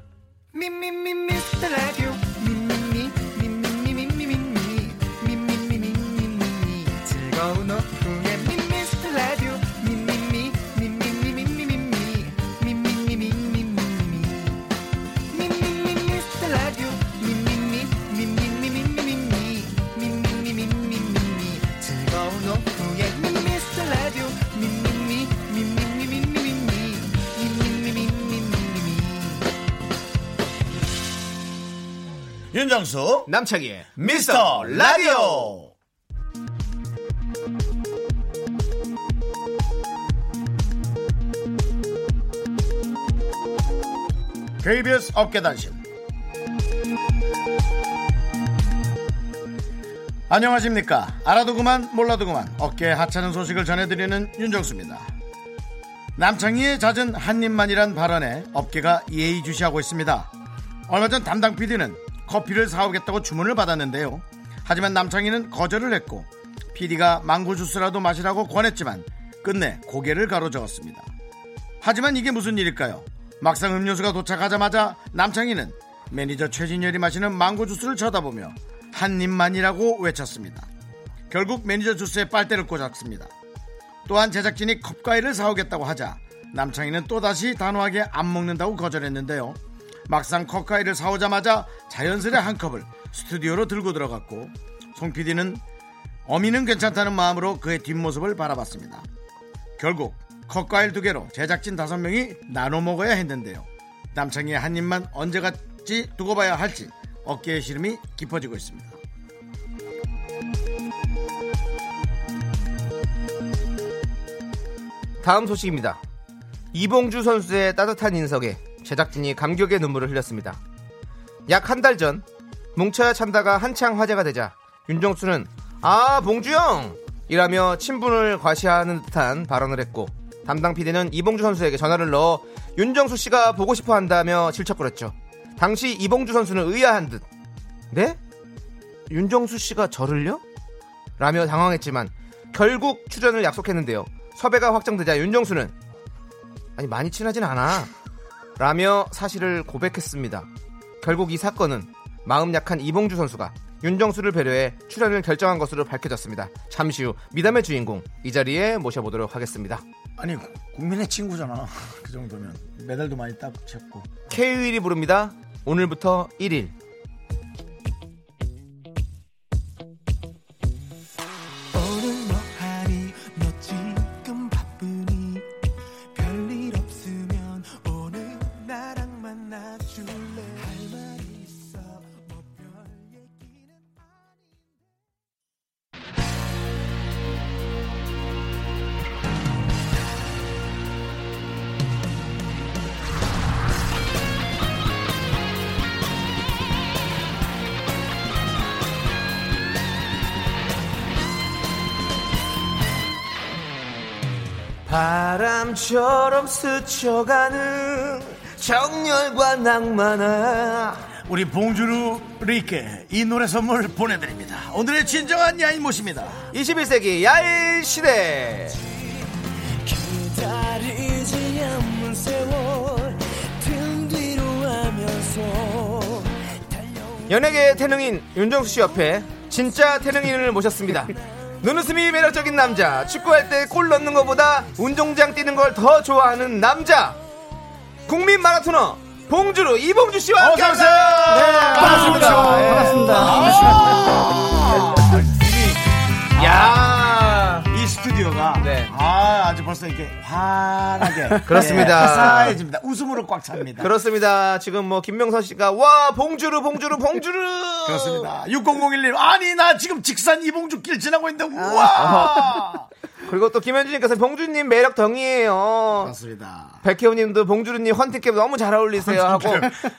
미미미 미스터 라디오 미미미 미미미 미미미 미미미 미미미 즐거운 오후에 미스터 라디오 미미미 미미미 미미미 미미미 미미미 미미미 미스터 라디오 미미미 미미미 미미미 미미미 미미미 즐거운 오후에 미스터 라디오 미미미 미미미 미미미 미미미 미미미 윤정수 남창희의 미스터 라디오. KBS 업계단신 안녕하십니까 알아도 그만 몰라도 그만 어깨에 하찮은 소식을 전해드리는 윤정수입니다 남창희의 잦은 한 입만이란 발언에 업계가 예의주시하고 있습니다. 얼마 전 담당 PD는 커피를 사오겠다고 주문을 받았는데요. 하지만 남창희는 거절을 했고 PD가 망고 주스라도 마시라고 권했지만 끝내 고개를 가로저었습니다. 하지만 이게 무슨 일일까요? 막상 음료수가 도착하자마자 남창희는 매니저 최진열이 마시는 망고 주스를 쳐다보며 한 입만이라고 외쳤습니다. 결국 매니저 주스에 빨대를 꽂았습니다. 또한 제작진이 컵과일을 사오겠다고 하자 남창희는 또다시 단호하게 안 먹는다고 거절했는데요. 막상 컵과일을 사오자마자 자연스레 한 컵을 스튜디오로 들고 들어갔고 송 PD는 어미는 괜찮다는 마음으로 그의 뒷모습을 바라봤습니다. 결국 컵과일 두 개로 제작진 다섯 명이 나눠 먹어야 했는데요. 남창희의 한 입만 언제 갔지 두고 봐야 할지 어깨의 시름이 깊어지고 있습니다. 다음 소식입니다. 이봉주 선수의 따뜻한 인석에 제작진이 감격의 눈물을 흘렸습니다. 약 한 달 전 뭉쳐야 찬다가 한창 화제가 되자 윤정수는 아 봉주 형 이라며 친분을 과시하는 듯한 발언을 했고 담당 PD는 이봉주 선수에게 전화를 넣어 윤정수 씨가 보고 싶어 한다며 질척거렸죠. 당시 이봉주 선수는 의아한 듯 네? 윤정수 씨가 저를요? 라며 당황했지만 결국 출연을 약속했는데요. 섭외가 확정되자 윤정수는 아니 많이 친하진 않아 라며 사실을 고백했습니다. 결국 이 사건은 마음 약한 이봉주 선수가 윤정수를 배려해 출연을 결정한 것으로 밝혀졌습니다. 잠시 후 미담의 주인공 이 자리에 모셔보도록 하겠습니다. 아니 국민의 친구잖아 그 정도면 메달도 많이 딱 쳤고 K1이 부릅니다. 오늘부터 1일 오늘 뭐 하니 너 지금 바쁘니 별일 없으면 오늘 나랑 만나줄래 할 말 있어 뭐 별 얘기는 바람처럼 스쳐가는 정열과 낭만아 우리 봉주루 리께 이 노래 선물 보내드립니다. 오늘의 진정한 야인 모십니다. 21세기 야인 시대. 기다리지 않는 세월 등 뒤로 하면서 연예계 태능인 윤정수 씨 옆에 진짜 태능인을 모셨습니다. 눈웃음이 매력적인 남자, 축구할 때 골 넣는 것보다 운동장 뛰는 걸 더 좋아하는 남자, 국민 마라토너 봉주루 이봉주 씨와 함께합니다. 네, 반갑습니다. 야, 아, 이 스튜디오가 네. 아 아주 벌써 이렇게 환하게 그렇습니다. 예, 화사해집니다. 웃음으로 꽉 찹니다. 그렇습니다. 지금 뭐 김명선 씨가 와 봉주루 봉주루 봉주루. 그렇습니다. 6001님 아니 나 지금 직산 이봉주길 지나고 있는데 우와 그리고 또 김현주님께서 봉주님 매력 덩이에요. 그렇습니다. 백혜우님도 봉주루님 헌팅캡 너무 잘 어울리세요 하고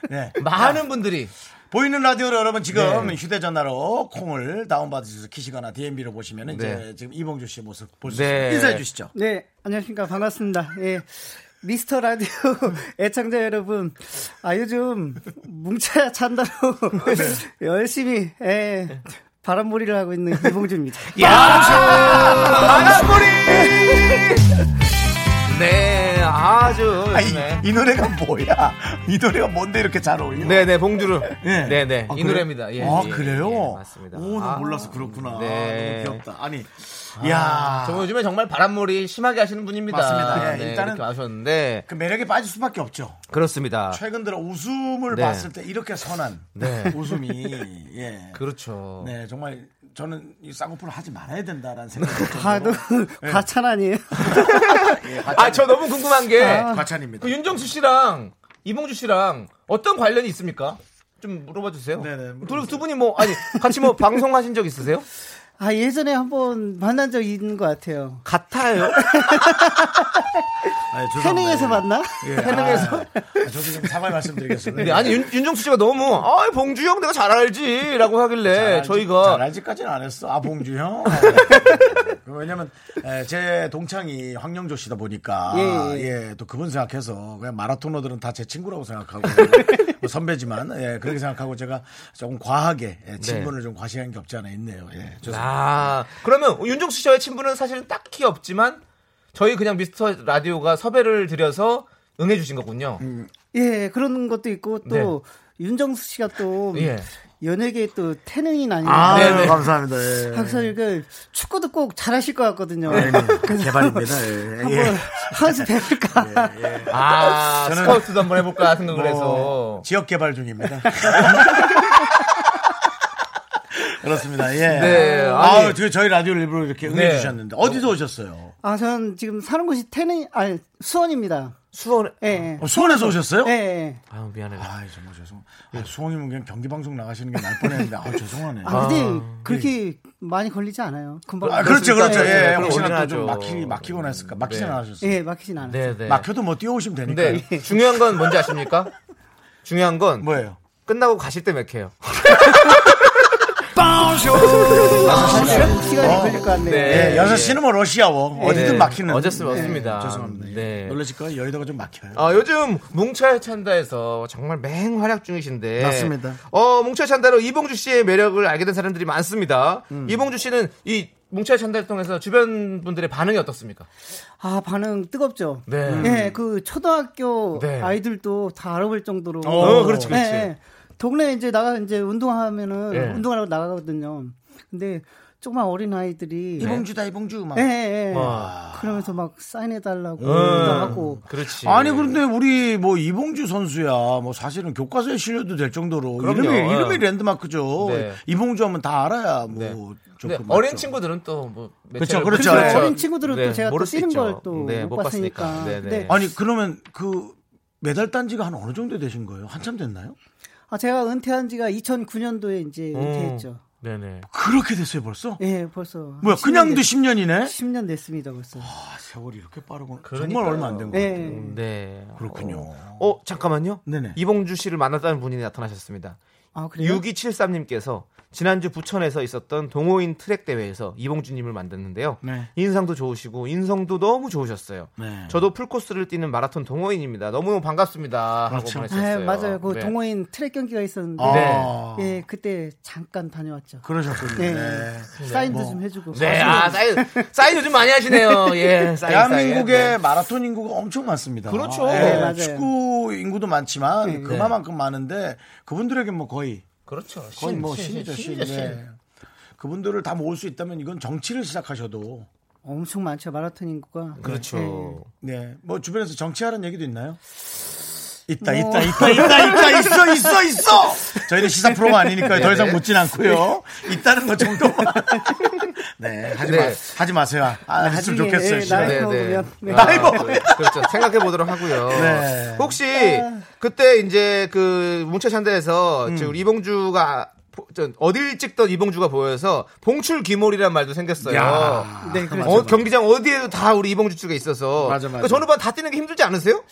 네. 많은 분들이 보이는 라디오로 여러분 지금 네. 휴대전화로 콩을 다운받으셔서 키시거나 DMB로 보시면 이제 네. 지금 이봉주 씨의 모습 볼 수 네. 있습니다. 인사해 주시죠. 네, 안녕하십니까. 반갑습니다. 예. 미스터 라디오 애청자 여러분, 아, 요즘 뭉쳐야 찬다로 열심히, 예, 바람몰이를 하고 있는 이봉주입니다. 바람소리 네 아주 네. 아, 이, 요즘에 이 노래가 뭐야? 이 노래가 뭔데 이렇게 잘 어울려? 네네 봉주루 예. 네네 아, 이 그래요? 노래입니다 예, 아 예, 그래요? 예, 맞습니다 오, 나 아, 몰라서 그렇구나. 네. 너무 귀엽다. 아니, 야, 정말 요즘에 정말 바람몰이 심하게 하시는 분입니다 맞습니다. 예, 네, 일단은- 이렇게 하셨는데 그 매력에 빠질 수밖에 없죠. 그렇습니다 최근 들어 웃음을 네. 봤을 때 이렇게 선한 네. 웃음이 예, 그렇죠 네 정말 저는 이 쌍꺼풀 하지 말아야 된다라는 생각이 과도, 과찬 아니에요? 아 저 너무 궁금한 게 네, 아, 과찬입니다. 그 윤정수 씨랑 이봉주 씨랑 어떤 관련이 있습니까? 좀 물어봐 주세요. 네네, 둘, 두 분이 뭐 아니 같이 뭐 방송하신 적 있으세요? 아, 예전에 한번 만난 적 있는 것 같아요. 같아요. 아니, 죄송합니다. 태능에서 만나? 예, 태능에서 저도 지금 사과의 말씀드리겠습니다. 근데 아니 윤, 윤정수 씨가 너무 아 봉주 형 내가 잘 알지라고 하길래 잘 알지- 저희가 잘 알지까지는 안 했어. 아 봉주 형. 그 왜냐면 에, 제 동창이 황영조 씨다 보니까 예, 예, 또 그분 생각해서 그냥 마라토너들은 다 제 친구라고 생각하고 뭐 선배지만 예, 그렇게 생각하고 제가 조금 과하게 예, 친분을 좀 과시한 게 없지 않아 있네요. 예, 죄송합니다. 아 그러면 윤정수 씨와의 친분은 사실은 딱히 없지만 저희 그냥 미스터 라디오가 섭외를 드려서 응해주신 거군요. 예, 그런 것도 있고, 또, 윤정수 씨가 또, 예. 연예계의 또 태능인 아니에요? 네, 네. 감사합니다. 예. 아, 항상 이렇게 축구도 꼭 잘하실 것 같거든요. 네. 뭐 개발입니다. 예, 한번 연습해볼까? 아 스카우트도 한번 해볼까 생각을 해서 뭐 지역 개발 중입니다. 그렇습니다. 예. 네, 아니. 네. 아, 저희 라디오를 일부러 이렇게 응해 주셨는데 어디서 오셨어요? 아, 저는 지금 사는 곳이 태릉, 아니, 수원입니다. 수원 예, 예. 어, 수원에서 오셨어요? 예, 예. 아 미안해. 아, 정말 죄송. 아, 수원이면 그냥 경기 방송 나가시는 게 나을 뻔했는데, 아, 죄송하네. 아, 근데 그렇게 많이 걸리지 않아요. 금방. 아, 그렇죠, 그렇죠. 그렇습니까? 예, 예, 혹시나 그럼 또 좀 올인하죠. 막히 막히거나 했을까? 막히진 네. 않으셨어요. 예, 막히진 않아요. 네네. 네. 막혀도 뭐 뛰어오시면 되니까. 근데 중요한 건 뭔지 아십니까? 중요한 건 뭐예요? 끝나고 가실 때 맥혀요. 시간이 걸릴 것 같네요. 예, 여섯 시는 뭐 러시아워. 어디든 막히는. 네. 어쨌으면 예, 없습니다. 죄송합니다. 예. 네. 놀라실 거예요. 여의도가 좀 막혀요. 아, 요즘 뭉쳐야 찬다에서 정말 맹활약 중이신데. 맞습니다. 어, 뭉쳐야 찬다로 이봉주 씨의 매력을 알게 된 사람들이 많습니다. 음. 이봉주 씨는 이 뭉쳐야 찬다를 통해서 주변 분들의 반응이 어떻습니까? 아, 반응 뜨겁죠? 네. 예, 그 초등학교 네. 아이들도 다 알아볼 정도로. 예, 어, 그렇지, 그렇지. 동네 이제 나가, 이제 운동하면은, 예. 운동하러 나가거든요. 근데 조금만 어린 네. 아이들이. 이봉주다, 이봉주. 막. 예, 예, 예. 와. 네. 그러면서 막 사인해달라고 도 하고. 그렇지. 아니 그런데 우리 뭐 이봉주 선수야 뭐 사실은 교과서에 실려도 될 정도로 그럼요. 이름이 예. 이름이 랜드마크죠. 네. 이봉주 하면 다 알아야 뭐 네. 조금 근데 맞죠. 어린 친구들은 또뭐 그렇죠, 그렇죠. 그렇죠. 그렇죠. 어린 친구들은 네, 또 제가 또 모를 수 뛰는 있죠. 걸 또 못 네, 못 봤으니까. 봤으니까. 네, 네. 근데 아니 그러면 그 메달 딴지가 한 어느 정도 되신 거예요? 한참 됐나요? 아, 제가 은퇴한 지가 2009년도에 음. 이제 은퇴했죠. 네네. 그렇게 됐어요 벌써? 예, 벌써. 뭐야 한 그냥도 10년, 10년이네? 됐- 10년 됐습니다, 벌써. 아 세월이 이렇게 빠르구나. 정말 그러니까요. 얼마 안 된 거예요. 예. 네. 그렇군요. 어, 잠깐만요. 네네. 이봉주 씨를 만났다는 분이 나타나셨습니다. 아, 그래요? 6273님께서 지난주 부천에서 있었던 동호인 트랙 대회에서 이봉주님을 만났는데요. 네. 인상도 좋으시고 인성도 너무 좋으셨어요. 네. 저도 풀코스를 뛰는 마라톤 동호인입니다. 너무너무 반갑습니다. 하고 그렇죠. 보냈어요. 아, 맞아요. 그 네. 동호인 트랙 경기가 있었는데 아, 네. 예, 그때 잠깐 다녀왔죠. 그러셨군요. 예. 네. 사인도 좀 해주고. 네, 아, 사인, 사인 요즘 많이 하시네요. 예, 사인, 대한민국의 사인. 네. 마라톤 인구가 엄청 많습니다. 그렇죠. 예, 네, 맞아요. 축구 인구도 많지만 그만큼 많은데 그분들에게 뭐 거의 그렇죠. 신, 거의 뭐 신, 신, 신이죠 신. 신이죠, 신. 네. 그분들을 다 모을 수 있다면 이건 정치를 시작하셔도 엄청 많죠. 마라톤 인구가. 그렇죠. 네. 뭐 주변에서 정치하는 얘기도 있나요? 있다 있다 있다 있다 있다 있어 있어 있어. 저희는 시사 프로가 아니니까 더 이상 묻진 않고요. 있다는 것 정도만. 네 하지 마 네. 하지 마세요. 아, 했으면 나중에, 좋겠어요. 예, 진짜. 나이 네, 네. 먹으면. 네. 나이 먹으면. 네. 그렇죠. 생각해 보도록 하고요. 네. 혹시 아. 그때 이제 그 뭉쳐 찬대에서 지금 이봉주가 포- 저 어딜 찍던 이봉주가 보여서 봉출 귀몰이라는 말도 생겼어요. 야. 네, 그렇죠. 어, 경기장 어디에도 다 우리 이봉주 씨가 있어서. 맞아, 맞아. 그러니까 저는 봐다 뛰는 게 힘들지 않으세요?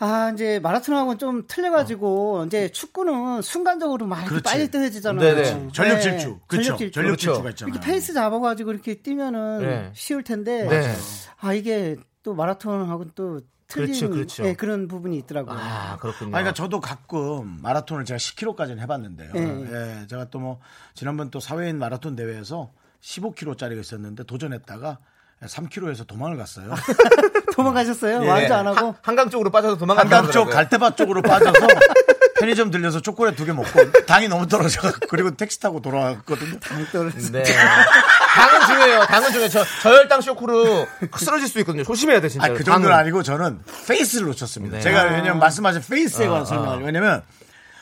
아, 이제 마라톤하고는 좀 틀려가지고, 이제 축구는 순간적으로 막 이렇게 그렇지. 빨리 뜨해지잖아요. 네네. 그렇지. 전력 네, 질주. 그렇죠. 전력 질주. 전력 그렇죠. 질주가 있잖아요. 이렇게 페이스 잡아가지고 이렇게 뛰면은 네. 쉬울 텐데, 네. 아, 이게 또 마라톤하고는 또 틀린 그렇죠, 그렇죠. 예, 그런 부분이 있더라고요. 아, 그렇군요. 아, 그러니까 저도 가끔 마라톤을 제가 10km까지는 해봤는데요. 네. 예, 제가 또 뭐 지난번 또 사회인 마라톤 대회에서 15km짜리가 있었는데 도전했다가 3km에서 도망을 갔어요. 도망가셨어요? 예. 완주 안 하고? 하- 한강 쪽으로 빠져서 도망간다. 한강 쪽 갈대밭 쪽으로 빠져서 편의점 들려서 초콜릿 두 개 먹고 당이 너무 떨어져 그리고 택시 타고 돌아왔거든요. 네. 당은 중요해요. 당은 중요해요. 저, 저혈당 쇼크로 쓰러질 수 있거든요. 조심해야 돼, 진짜. 아, 그 정도는 아니고 저는 페이스를 놓쳤습니다. 네. 아, 제가 왜냐면 말씀하신 페이스에 관한 설명을. 왜냐면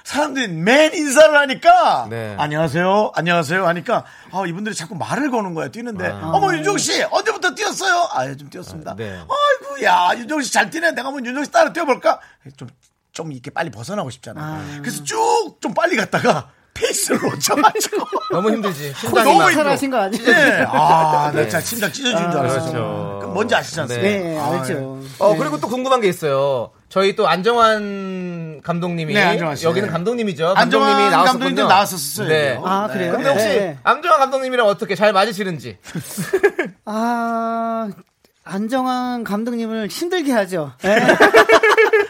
사람들이 맨 인사를 하니까 네. 안녕하세요, 안녕하세요 하니까 아, 이분들이 자꾸 말을 거는 거야 뛰는데 어머 윤종 씨 언제부터 뛰었어요? 아, 좀 뛰었습니다. 아, 네. 아이고 야 윤종 씨 잘 뛰네. 내가 한번 윤종 씨 따라 뛰어볼까? 좀 좀 이렇게 빨리 벗어나고 싶잖아. 그래서 쭉 좀 빨리 갔다가 페이스를 놓쳐가지고 너무 힘들지. 심장이 너무 막- 힘들어. 하신 거 아니에요? 네. 아, 나 진짜 심장 찢어지는 줄 알았어. 그렇죠. 그 뭔지 아시지 않습니까? 네. 네, 아, 알죠. 어, 네. 그리고 또 궁금한 게 있어요. 저희 또 안정환 감독님이 네, 안정환 씨. 여기는 네. 감독님이죠. 안정환 감독님이 나왔었군요. 감독님도 나왔었어요. 네. 아, 그래요? 근데 혹시 네. 안정환 감독님이랑 어떻게 잘 맞으시는지. 아, 안정환 감독님을 힘들게 하죠. 예.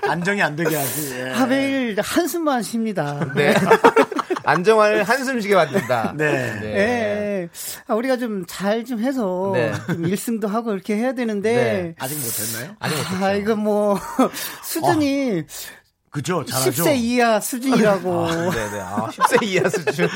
안정이 안 되게 하지. 예. 아, 매일 한숨만 쉽니다. 네. 안정환을 한숨 쉬게 만든다. 네. 예, 예. 아, 우리가 좀 잘 좀 해서 네. 좀 1승도 하고 이렇게 해야 되는데 아직 못했나요? 아니, 어떡해. 아, 이거 뭐 수준이 그죠, 잘하죠. 10세 이하 수준이라고. 네네. 아, 10세 이하 수준.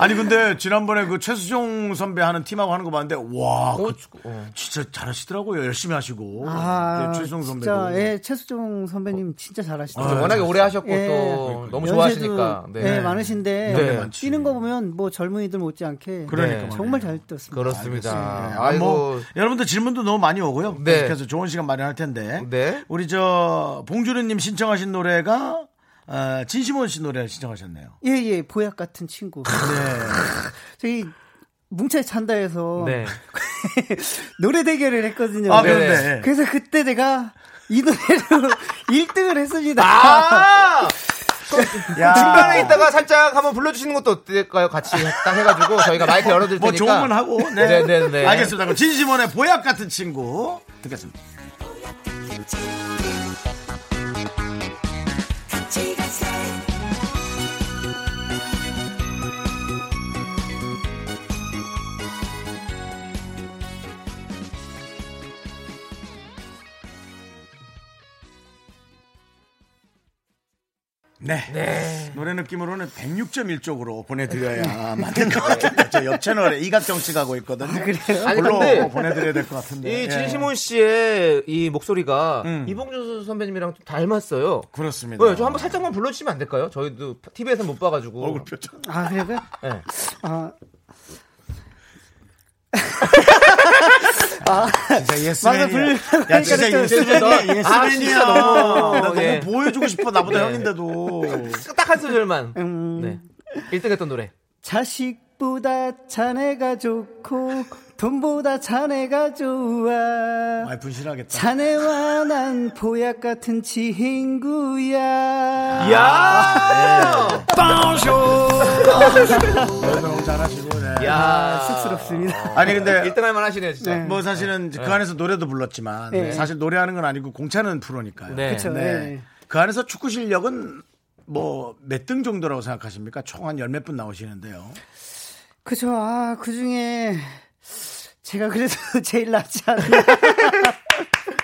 아니 근데 지난번에 그 최수종 선배 하는 팀하고 하는 거 봤는데 와, 그 어, 어. 진짜 잘하시더라고요. 열심히 하시고. 아, 네, 최수종 선배도. 진짜 예, 최수종 선배님 진짜 아, 잘하시죠. 워낙에 오래 하셨고 예. 네. 또 너무 연세도, 좋아하시니까. 예, 많으신데 네. 많지. 뛰는 거 보면 뭐 젊은이들 못지않게 그러니까 네. 정말 잘 뛰었습니다. 그렇습니다. 아, 아이고. 뭐 여러분들 질문도 너무 많이 오고요. 네. 계속해서 좋은 시간 마련할 텐데. 네. 우리 저 봉주르님 신청하신 노래가 어, 진심원 씨 노래 신청하셨네요. 네. 예, 예, 보약 같은 친구. 저희 뭉쳐 찬다에서 네. 노래 대결을 했거든요. 아, 그런데. 네. 그래서 그때 제가 이 노래로 1등을 했습니다. 아! 야. 중간에 있다가 살짝 한번 불러주시는 것도 어떨까요? 같이 딱 해가지고 저희가 마이크 열어드릴 뭐 테니까. 좋은 건 하고. 네. 네, 네, 네. 알겠습니다. 그럼 진심원의 보약 같은 친구 듣겠습니다. 네. 노래 느낌으로는 106.1쪽으로 보내드려야 맞는 것 같은데 저 옆 채널에 이각경 씨가 하고 있거든요. 그래요? 아니, 물로 근데 보내드려야 될 것 같은데. 이 예. 음. 진시몬 씨의 이 목소리가 이봉준 선배님이랑 좀 닮았어요. 그렇습니다. 네, 저 한번 살짝만 불러주시면 안 될까요? 저희도 TV에서 못 봐가지고. 얼굴 표정. 아, 그래요? 네. 아, 진짜 예스맨이야. 불- 야 진짜 그러니까 예스맨이야. 예스맨이야. 아, 진짜 너무- 나 너무 예. 보여주고 싶어 나보다 네. 형인데도. 딱 한 소절만. 음. 네. 1등 했던 노래. 자식보다 자네가 좋고 돈보다 자네가 좋아. 많이 분실하겠다. 자네와 난 보약 같은 친구야. 이야! 네. 노래 너무 잘하시고 네. 야, 쑥스럽습니다. 아니 근데 1등 할 만하시네요, 진짜. 네. 뭐 예. 사실은 그 안에서 노래도 불렀지만 네. 사실 노래하는 건 아니고 공차는 프로니까요. 네. 그쵸, 네. 그 안에서 축구 실력은 뭐 몇 등 정도라고 생각하십니까? 총 한 열 몇 분 나오시는데요. 그죠. 아, 그 중에 제가 그래도 제일 낫지 않나.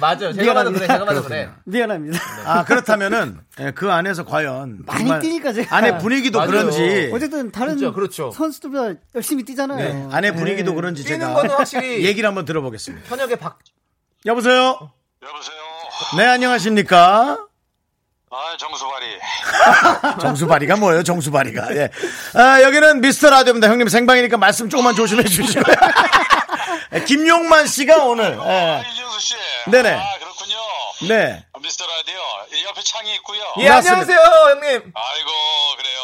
맞아요. 제가 봐도 그래, 제가 봐도 그래. 미안합니다. 아 그렇다면은 예, 그 안에서 과연 많이 정말 뛰니까 제가. 안에 분위기도 맞아요. 그런지 어쨌든 다른 네. 진짜 그렇죠. 선수들보다 열심히 뛰잖아요. 네, 안에 분위기도 그런지 뛰는 제가 거는 확실히 얘기를 한번 들어보겠습니다. 현역의 박 여보세요. 여보세요. 네 안녕하십니까? 아 정수발이. 정수바리가 뭐예요? 정수바리가. 예. 아, 여기는 미스터 라디오입니다. 형님 생방이니까 말씀 조금만 조심해 주시고요. 예, 김용만 씨가 오늘 아 예. 이준수 씨. 네네. 아 그렇군요. 네. 아, 미스터 라디오 이 옆에 창이 있고요. 예, 맞습니다. 안녕하세요, 형님. 아이고 그래요.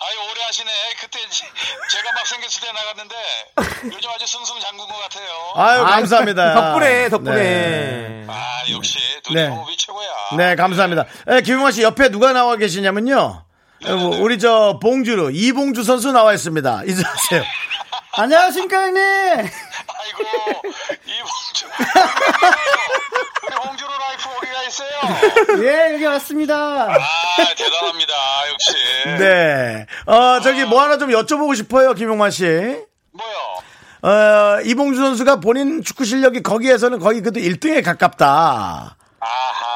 아이 오래 하시네. 그때 이제 제가 막 생겼을 때 나갔는데 요즘 아주 승승장구인 것 같아요. 아, 아유 감사합니다. 덕분에, 덕분에. 네. 역시 네. 눈이 호흡이 최고야. 네, 감사합니다. 예, 김용만 씨 옆에 누가 나와 계시냐면요. 예, 뭐, 우리 저 봉주로 이봉주 선수 나와 있습니다. 인사하세요. 안녕하십니까, 형님! 아이고 이 홍주. 우리 홍주로 라이프 오기가 있어요. 예, 여기 왔습니다. 아 대단합니다. 역시. 네. 어, 저기 뭐 하나 좀 여쭤보고 싶어요, 김용만 씨. 뭐요? 어, 이봉주 선수가 본인 축구 실력이 거기에서는 거의 그래도 1등에 가깝다. 아하.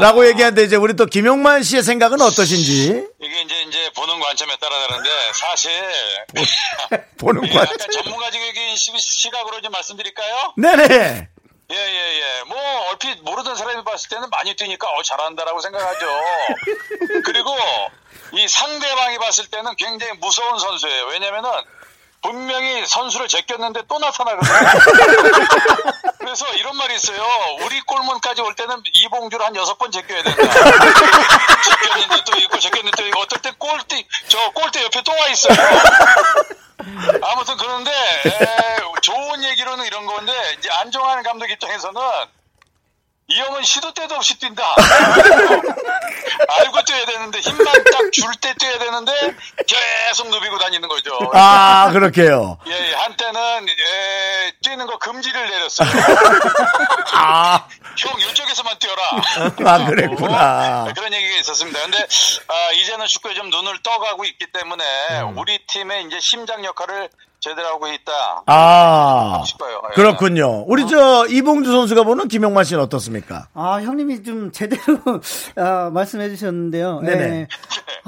라고 얘기하는데 이제 우리 또 김용만 씨의 생각은 어떠신지 이게 이제 이제 보는 관점에 따라 다른데 사실 보는 예, 관 약간 전문가적인 시- 시각으로 좀 말씀드릴까요? 네네 예, 예, 예. 뭐, 얼핏 모르던 사람이 봤을 때는 많이 뛰니까, 어, 잘한다라고 생각하죠. 그리고 이 상대방이 봤을 때는 굉장히 무서운 선수예요. 왜냐면은, 분명히 선수를 제꼈는데 또 나타나거든요. 그래서 이런 말이 있어요. 우리 골문까지 올 때는 이봉주를 한 여섯 번 제껴야 된다. 제꼈는데 또 있고, 제꼈는데 또 있고, 어떨 때 골대, 저 골대 옆에 또 와 있어요. 아무튼 그런데 에, 좋은 얘기로는 이런 건데 이제 안정환 감독 입장에서는 이 형은 시도 때도 없이 뛴다. 알고 뛰어야 되는데 힘만 딱 줄 때 뛰어야 되는데 계속 누비고 다니는 거죠. 아 그렇게요 예, 예, 한때는 예, 뛰는 거 금지를 내렸어요. 아, 형 이쪽에서만 뛰어라. 아 그랬구나 네, 그런 얘기가 있었습니다. 근데 아, 이제는 축구에 좀 눈을 떠가고 있기 때문에 음. 우리 팀의 이제 심장 역할을 제대로 하고 있다. 아 싶어요. 예. 그렇군요 우리 저 이봉주 선수가 보는 김용만 씨는 어떻습니까 아, 형님이 좀 제대로 아, 말씀해 주셨는데요. 네네. 예.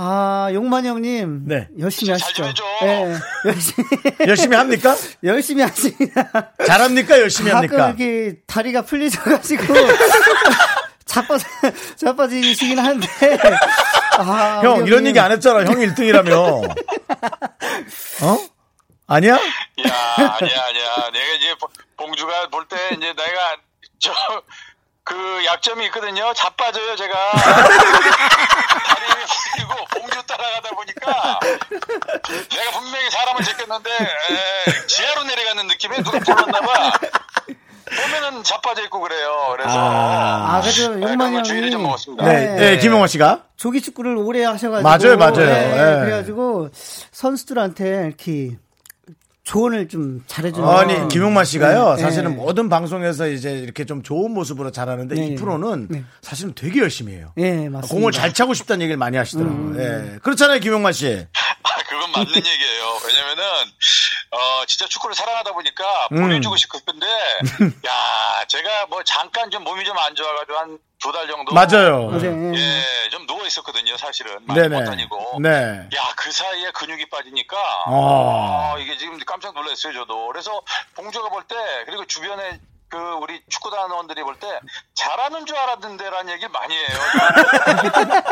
아, 용만 형님. 네. 열심히 잘 하시죠. 좀 해줘. 예. 열심히, 열심히 합니까 열심히 하십니다. 잘합니까 열심히 가끔 합니까 이렇게 다리가 풀리셔가지고 자빠, 자빠지시긴 한데. 아, 형 우리 이런 형님. 얘기 안 했잖아 형이 1등이라며 어 아니야 야, 아니야, 아니야. 내가 이제 봉- 봉주가 볼 때 이제 내가 저, 그 약점이 있거든요. 자빠져요, 제가. 다리를 쓰고 봉주 따라가다 보니까 내가 분명히 사람을 제꼈는데 에, 지하로 내려가는 느낌에 누가 불렀나봐. 보면은 자빠져 있고 그래요. 그래서 아, 그래도 네, 용만 그런 거 주의를 형님. 좀 먹었습니다. 아, 예. 네, 네 김용만 씨가 조기 축구를 오래 하셔가지고 맞아요, 맞아요. 예, 예. 그래가지고 선수들한테 이렇게 조언을 좀 잘해주는 아니 김용만 씨가요 네, 사실은 네. 모든 방송에서 이제 이렇게 좀 좋은 모습으로 잘하는데 이 네. 프로는 네. 사실은 되게 열심히 해요. 예 맞습니다 음. 공을 잘 차고 싶다는 얘기를 많이 하시더라고요. 예. 그렇잖아요, 김용만 씨. 아, 그건 맞는 얘기예요. 왜냐면은 어 진짜 축구를 사랑하다 보니까 음. 보내주고 싶었는데 야 제가 뭐 잠깐 좀 몸이 좀 안 좋아가지고 한 두 달 정도 맞아요. 맞아요. 예. 예좀 누워 있었거든요 사실은 많이 못 네네. 다니고 네. 야 그 사이에 근육이 빠지니까 어. 아, 이게 지금 깜짝 놀랐어요 저도 그래서 봉조가 볼 때 그리고 주변에 그 우리 축구단원들이 볼 때 잘하는 줄 알았는데라는 얘기를 많이 해요.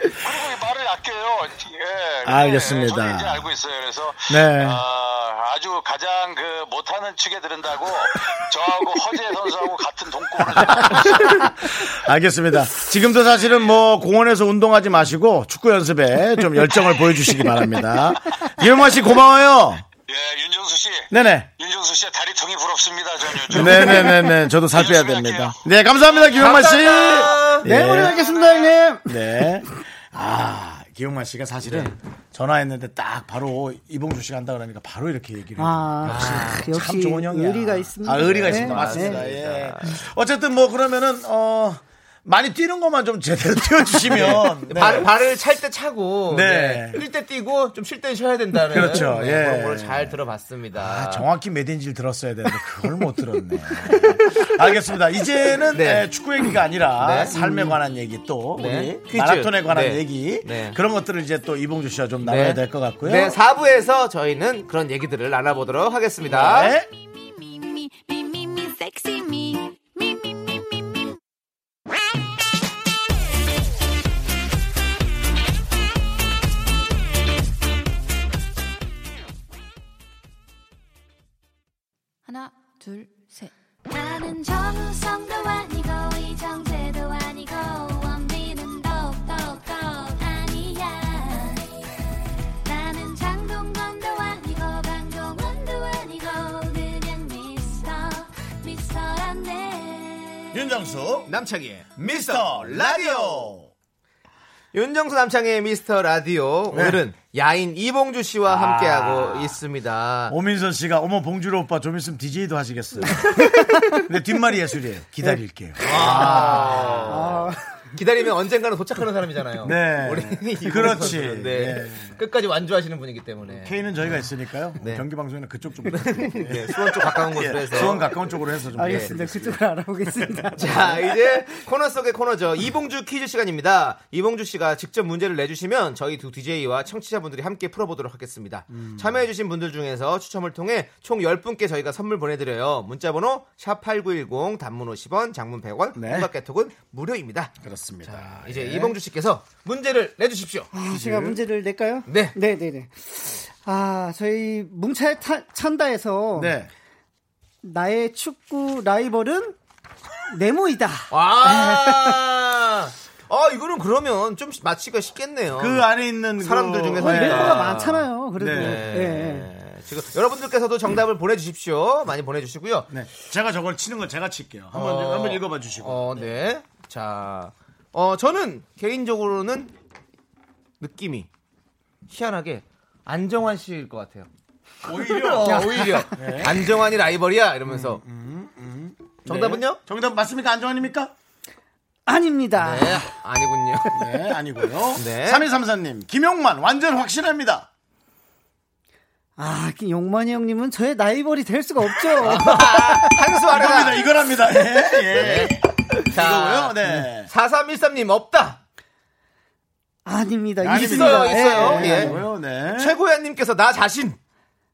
그리고 이 말을 아껴요. 예. 근데 알겠습니다. 저는 이제 알고 있어요. 그래서 네. 아, 아주 가장 그 못하는 측에 들은다고 저하고 허재 선수하고 같은 동골을 알겠습니다. 지금도 사실은 뭐 공원에서 운동하지 마시고 축구 연습에 좀 열정을 보여주시기 바랍니다. 김용만 씨 고마워요. 예, 윤정수 씨. 네네. 윤정수 씨의 다리통이 부럽습니다. 저는 요즘. 네네네네. 저도 살펴야 열심히 됩니다. 할게요. 네, 감사합니다, 김용만 씨. 감사합니다. 예. 네 오늘 뵙겠습니다 형님 네. 아, 기용만 씨가 사실은 전화했는데 딱 바로 이봉주 씨가 한다 그러니까 바로 이렇게 얘기를 아, 해요. 역시 참 좋은 형이야. 의리가 있습니다. 아, 의리가 네. 있습니다. 맞습니다. 네. 예. 어쨌든 뭐 그러면은 어 많이 뛰는 것만 좀 제대로 뛰어주시면 네. 발, 발을 찰 때 차고 네. 네. 뛸 때 뛰고 좀 쉴 때 쉬어야 된다는 그렇죠. 네, 예. 그런 걸 잘 들어봤습니다. 아, 정확히 몇 인지를 들었어야 되는데 그걸 못 들었네. 알겠습니다. 이제는 네. 에, 축구 얘기가 아니라 음. 네. 삶에 관한 얘기 또 네. 우리 퀴즈. 마라톤에 관한 네. 얘기 네. 그런 것들을 이제 또 이봉주 씨와 좀 나눠야 될 것 같고요. 네, 4부에서 저희는 그런 얘기들을 나눠보도록 하겠습니다. 네. me, me, me, me, me, sexy me. Me, me, me, me, me. 하나, 둘, 셋. 나는 정우성도 아니고 이정재도 아니고 원빈은 더욱더 아니야 나는 장동건도 아니고 강동원도 아니고 그냥 미스터 미스터란데 윤정수 남창희의 미스터 라디오. 윤정수 남창희의 미스터 라디오. 네. 오늘은 야인 이봉주 씨와 함께하고 있습니다. 아. 오민선 씨가 어머 봉주로 오빠 좀 있으면 DJ도 하시겠어요. 근데 뒷말이 예술이에요. 기다릴게요. 네. 아. 기다리면 언젠가는 도착하는 사람이잖아요. 네. 우리 이봉주 그렇지. 선수는. 네. 네. 끝까지 완주하시는 분이기 때문에. K는 저희가 있으니까요. 네. 경기 방송에는 그쪽 좀 부탁드릴게요. 네, 수원 쪽 가까운 예, 곳으로 해서. 아, 예. 수원 가까운 쪽으로 해서 좀 네, 알겠습니다. 그쪽을 알아보겠습니다. 자, 이제 코너 속의 코너죠. 이봉주 퀴즈 시간입니다. 이봉주 씨가 직접 문제를 내주시면 저희 두 DJ와 청취자분들이 함께 풀어보도록 하겠습니다. 음. 참여해주신 분들 중에서 추첨을 통해 총 10분께 저희가 선물 보내드려요. 문자번호 샵8910 단문 50원, 장문 100원, 네. 예. 공각개톡은 무료입니다. 그렇습니다. 자, 이제 이봉주 씨께서 문제를 내주십시오. 아, 제가 문제를 낼까요? 네. 네, 네, 네. 아, 저희 뭉차에 타- 찬다에서 네. 나의 축구 라이벌은 네모이다. 와! 아, 이거는 그러면 좀 맞히기가 쉽겠네요. 그 안에 있는 사람들 그- 중에서 거의 네. 네모가 많잖아요. 그래도. 네. 네. 네. 지금 여러분들께서도 정답을 보내주십시오. 많이 보내주시고요. 네. 제가 저걸 치는 걸 제가 칠게요. 한번 어, 한번 읽어봐 주시고. 어, 네. 자, 어, 저는 개인적으로는 느낌이 희한하게 안정환 씨일 것 같아요. 오히려 어, 오히려 네. 안정환이 라이벌이야 이러면서. 음, 정답은요? 네. 정답 맞습니까? 안정환입니까? 아닙니다. 네, 아니군요. 네, 아니고요. 네. 3234님, 김용만 완전 확실합니다. 아, 그 용만이 형님은 저의 라이벌이 될 수가 없죠. 한수 이겁니다. 아래다. 네. 이거랍니다. 예. 예. 이거고요. 자, 네. 음. 4313님 없다. 아닙니다. 아닙니다. 있습니다. 있어요, 있어요. 예, 네, 예. 예. 아니고요. 네. 최고야님께서 나 자신.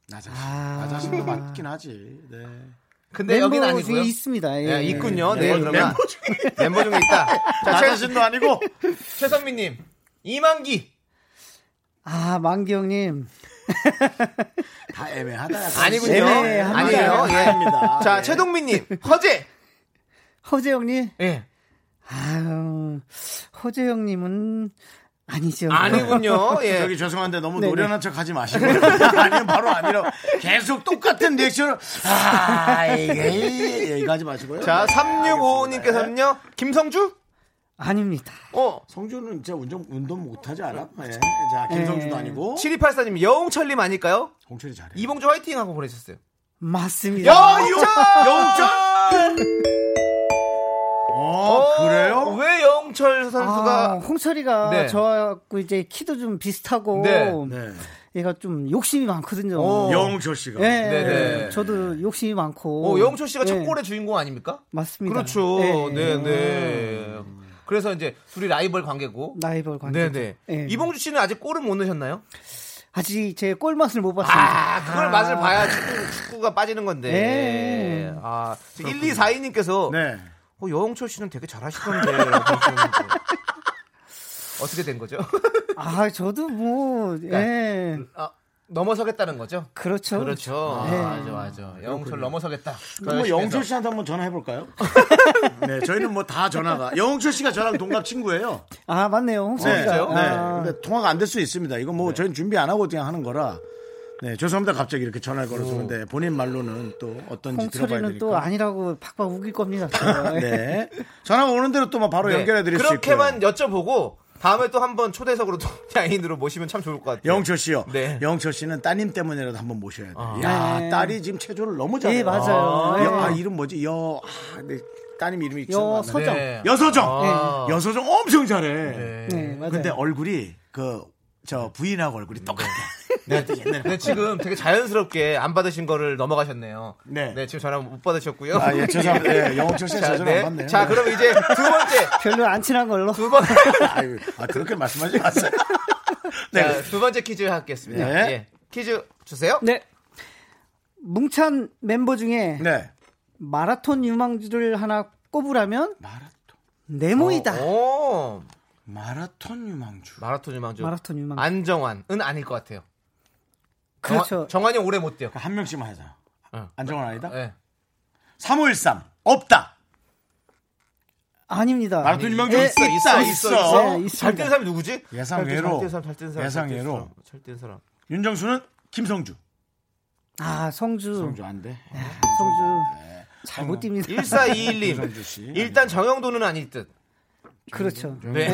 나 자신. 아. 나 자신도 맞긴 하지. 네. 근데 멤버 여기는 중에 아니고요. 있습니다. 예. 예, 있군요. 네, 멤버- 그러면 멤버 중에- 멤버 중에 있다. 나 자, 최, 자신도 아니고 최선미님, 이만기. 아, 만기 형님. 다 애매하다. 약간. 아니군요. 애매합니다. 아니에요. 예. 애매합니다. 자, 예. 최동민님, 허재. 허재 형님. 예. 아유, 허재 형님은 아니죠. 아니군요. 예. 저기 죄송한데 너무 네, 노련한 척 하지 마시고 아니면 바로 아니라 계속 똑같은 리액션을 아 이게 이거 하지 마시고요. 자, 네, 3655님께서는요, 김성주? 아닙니다. 어. 성주는 진짜 운전 운동 못하지 않아? 예. 자 김성주도 예. 아니고 7284님, 여웅철님 아닐까요? 홍철이 잘해. 네. 이봉주 화이팅 하고 보내셨어요. 맞습니다. 여웅철! 어 아, 그래요? 왜 여웅철 선수가. 아, 홍철이가 네. 저하고 이제 키도 좀 비슷하고 네. 네. 얘가 좀 욕심이 많거든요. 오. 영철 씨가. 예, 어. 네네. 저도 욕심이 많고. 어, 여웅철 씨가 첫 예, 골의 주인공 아닙니까? 맞습니다. 그렇죠. 예. 네, 네. 음. 그래서 이제 둘이 라이벌 관계고. 라이벌 관계. 네네. 예. 이봉주 씨는 아직 골은 못 넣으셨나요? 아직 제 꼴맛을 못 봤습니다. 아, 그걸 맛을 봐야 축구, 가 빠지는 건데. 네. 아, 1, 2, 4 2님께서 네. 어, 여홍철 씨는 되게 잘하시던데. 라고 하셨는데. 어떻게 된 거죠? 아, 저도 뭐, 예. 아, 넘어서겠다는 거죠? 그렇죠. 네. 그렇죠. 네. 아, 맞아, 맞아. 영철 넘어서겠다. 그럼 뭐 영철 씨한테 한번 전화해 볼까요? 네, 저희는 뭐 다 전화가 영철 씨가 저랑 동갑 친구예요. 아, 맞네요. 홍철이가. 네. 아, 네. 근데 통화가 안 될 수 있습니다. 이건 뭐 저희는 준비 안 하고 그냥 하는 거라. 네, 죄송합니다. 갑자기 이렇게 전화를 걸어서 근데 본인 말로는 또 어떤지 들어봐야 홍철이는 되니까. 또 아니라고 팍팍 우길 겁니다. 저. 네. 네. 전화가 오는 대로 또 막 바로 뭐 연결해 드릴 수 있고. 그렇게만 네. 여쭤보고 다음에 또 한번 초대석으로 또 야인으로 모시면 참 좋을 것 같아요. 영철 씨요. 네. 영철 씨는 따님 때문이라도 한번 모셔야 돼. 요야 네. 딸이 지금 체조를 너무 잘해. 예, 맞아요. 예. 여, 아 이름 뭐지? 여. 아, 내 따님 이름이 기억 안 나네. 여서정. 네. 여서정. 네. 아. 여서정 엄청 잘해. 네, 맞아요. 근데 얼굴이 그 저 부인하고 얼굴이 똑같아. 네, 네, 지금 되게 자연스럽게 안 받으신 거를 넘어가셨네요. 네. 지금 전화 못 받으셨고요. 아, 예, 죄송합니다. 예, 영철 씨의 자, 전화 안 받네요. 자, 네. 그럼 이제 두 번째, 별로 안 친한 걸로. 두 번, 아유, 아 그렇게 말씀하지 마세요. 자, 두 번째 퀴즈 하겠습니다. 네. 예. 퀴즈 주세요. 네. 뭉찬 멤버 중에 네. 마라톤 유망주를 하나 꼽으라면 마라톤 네모이다. 어, 오, 마라톤 유망주. 그러니까 마라톤 유망주. 마라톤 유망주. 아, 안정환은 아닐 것 같아요. 아, 그렇죠. 정환- 정환이 오래 못 돼요. 그러니까 한 명씩만 하자. 어. 안정환 아니다. 네. 예. 3513 없다. 아닙니다. 마라톤 유망주 예, 있어, 있어, 있어. 있어요. 네, 잘 있습니다. 뛰는 사람이 누구지? 예상 잘 뛰는 외로. 사람, 잘 뛰는 사람, 잘 뛰는 사람, 예상 잘 뛰는 외로. 사람, 잘 뛰는 사람. 윤정수는 김성주. 아, 네. 아, 성주. 성주. 네, 성주 어. 음. 안 돼. 잘못 뜁니다. 1421님. 김성주 씨. 일단 정영도는 아닐 듯. 음. 그렇죠. 네.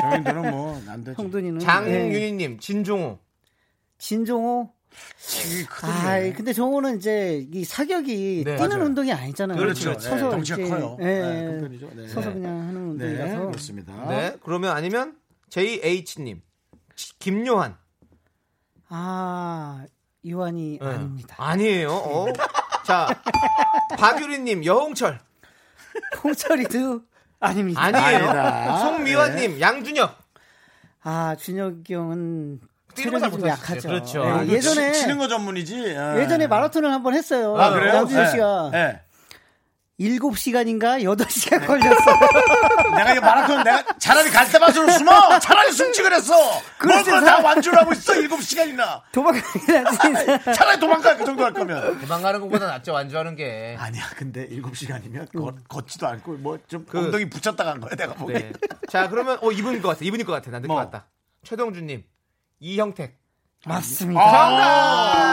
정인들은 뭐안 되지. 성돈이는. 네. 장윤희님, 진종호. 진종호. 그렇죠. 아, 네. 근데 정호는 이제 이 사격이 네, 뛰는 맞아요. 운동이 아니잖아요. 그렇죠. 그렇죠. 서서 네, 덩치가 이렇게, 커요. 예, 네, 큰 편이죠. 네. 서서 그냥 하는 네, 운동이라서. 그렇습니다. 네. 그러면 아니면 JH님, 김요한. 아, 이완이 네. 아닙니다. 아니에요. 어. 자, 박유리님, 여홍철. 홍철이도 아닙니다. 아니에요. 아. 아니다. 송미화님, 양준혁. 아, 준혁이 형은 뛰는 거잘 체력이 좀 못하시죠. 약하죠. 그렇죠. 예, 아, 그 예전에 치, 치는 거 전문이지. 아. 예전에 마라톤을 한번 했어요. 아 그래요? 양준혁 네. 씨가 네. 7시간인가 8시간 걸렸어요. 내가 이거 마라톤 내가 차라리 갈대밭으로 숨어. 차라리 숨지 그랬어. 뭘 그렇지, 그걸 다 사- 완주를 하고 있어. 일곱 시간이나. 도망가긴 하지. 차라리 도망가 그 정도 할 거면. 도망가는 것보다 낫죠, 완주하는 게. 아니야 근데 일곱 시간이면 걷- 걷지도 않고 뭐 좀 엉덩이 붙였다 간 거야 내가 보기. 네. 자, 그러면, 어, 이분인 것 같아. 이분인 것 같아. 난 느낌 뭐? 왔다. 최동준님, 이형택. 맞습니다.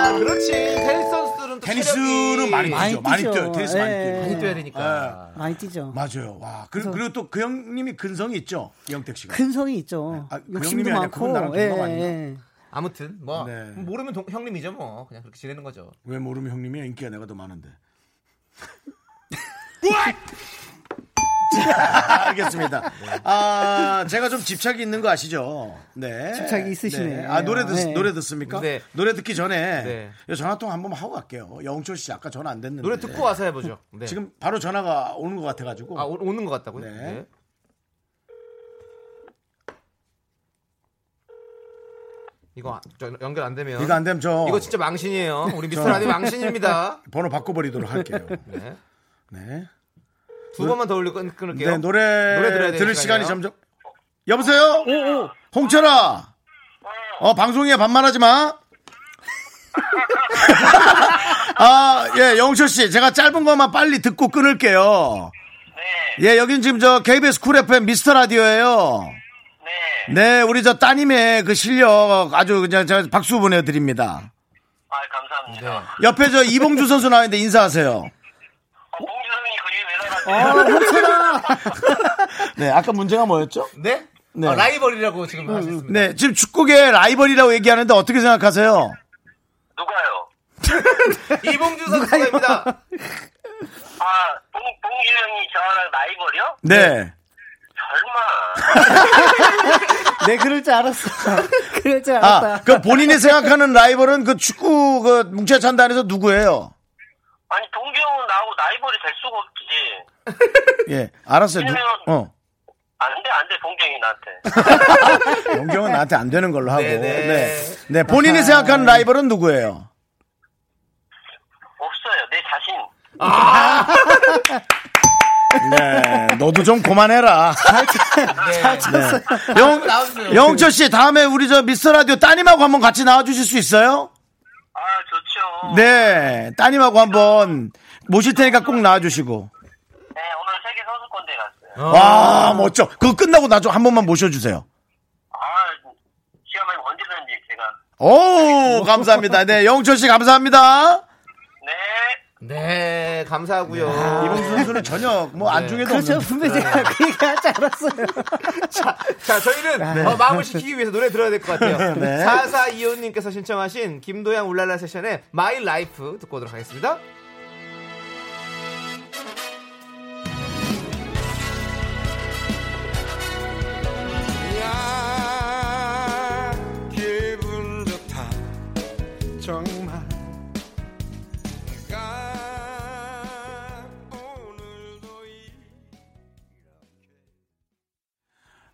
정답! 그렇지. 테니스 선수들은 또 아. 테니스는 많이 많이 뛰죠. 많이 네. 많이 뛰죠. 뛰어요. 테니스 많이 예. 뛰고. 뛰어야 아. 되니까. 많이 뛰죠. 맞아요. 와 그리고, 그리고 또 그 형님이 근성이 있죠. 이영택 씨가. 근성이 있죠. 아, 그 욕심도 형님이 아니라 그건 나랑 많고. 예, 동갑 아닌가? 아무튼 뭐 네. 모르면 동- 형님이죠 뭐 그냥 그렇게 지내는 거죠. 왜 모르면 형님이 인기가 내가 더 많은데. 자, 알겠습니다. 아, 제가 좀 집착이 있는 거 아시죠? 네. 집착이 있으시네요. 네. 아, 노래 듣, 네. 노래 듣습니까? 네. 노래 듣기 전에 네. 이 전화통화 한번 하고 갈게요. 영철 씨 아까 전화 안 됐는데. 노래 듣고 와서 해보죠. 네. 지금 바로 전화가 오는 것 같아가지고. 아 오, 는것 같다고요? 네. 이거 아- 저 연결 안 되면 이거 안 되면 저 이거 진짜 망신이에요. 우리 미스터 라디오 망신입니다. 번호 바꿔버리도록 할게요. 네. 네. 두 번만 더 올리고 끊, 끊을게요. 네, 노래, 노래 들어야 되는 들을 시간이 시간이에요. 점점. 여보세요? 홍철아! 어, 방송에 반말하지 마. 아, 예, 영철 씨. 제가 짧은 것만 빨리 듣고 끊을게요. 예, 여긴 지금 저 KBS 쿨 FM 미스터 라디오예요 네. 네, 우리 저 따님의 그 실력 아주 그냥 제가 박수 보내드립니다. 아, 감사합니다. 옆에 저 이봉주 선수 나왔는데 인사하세요. 어, 봉준 선생님 그림이 왜 나갔지? 네, 아까 문제가 뭐였죠? 네? 네. 아, 라이벌이라고 지금 하셨습니다. 네, 지금 축구계 라이벌이라고 얘기하는데 어떻게 생각하세요? 누가요? 네. 이봉주 선수입니다. 아, 봉, 봉준 형이 저랑 라이벌이요? 네. 설마. 네, 그럴 줄 알았어. 그럴 줄 알았다. 아, 그 본인이 생각하는 라이벌은 그 축구 그 뭉쳐 찬다 안에서 누구예요? 아니, 동규 형은 나하고 라이벌이 될 수가 없지. 예, 알았어요. 누, 어. 안 돼, 아, 안 돼, 봉규 형이 나한테. 영경은 나한테 안 되는 걸로 하고. 네, 네. 네. 네. 본인이 생각하는 라이벌은 누구예요? 없어요. 내 자신. 네. 너도 좀 그만해라. 네. 영, 나왔어요. 영철 씨, 다음에 우리 저 미스터 라디오 따님하고 한번 같이 나와주실 수 있어요? 아, 좋죠. 네. 따님하고 한번 모실 테니까 꼭 나와주시고. 네, 오늘 세계 선수권대회 갔어요. 와, 멋져. 그거 끝나고 나 좀 한 번만 모셔주세요. 아, 시간만 언제든지 제가. 오, 감사합니다. 네, 영철 씨 감사합니다. 네. 네, 감사하고요. 이봉수 선수는 전혀 뭐 안중에도 그렇죠. 없는 분명히 제가 그 얘기 할줄 알았어요. 자, 자, 저희는 어, 마음을 식히기 위해서 노래 들어야 될 것 같아요. 4425님께서 신청하신 김도양 울랄라 세션의 마이 라이프 듣고 오도록 하겠습니다. 야 기분 좋다 정말 내가 오늘도 이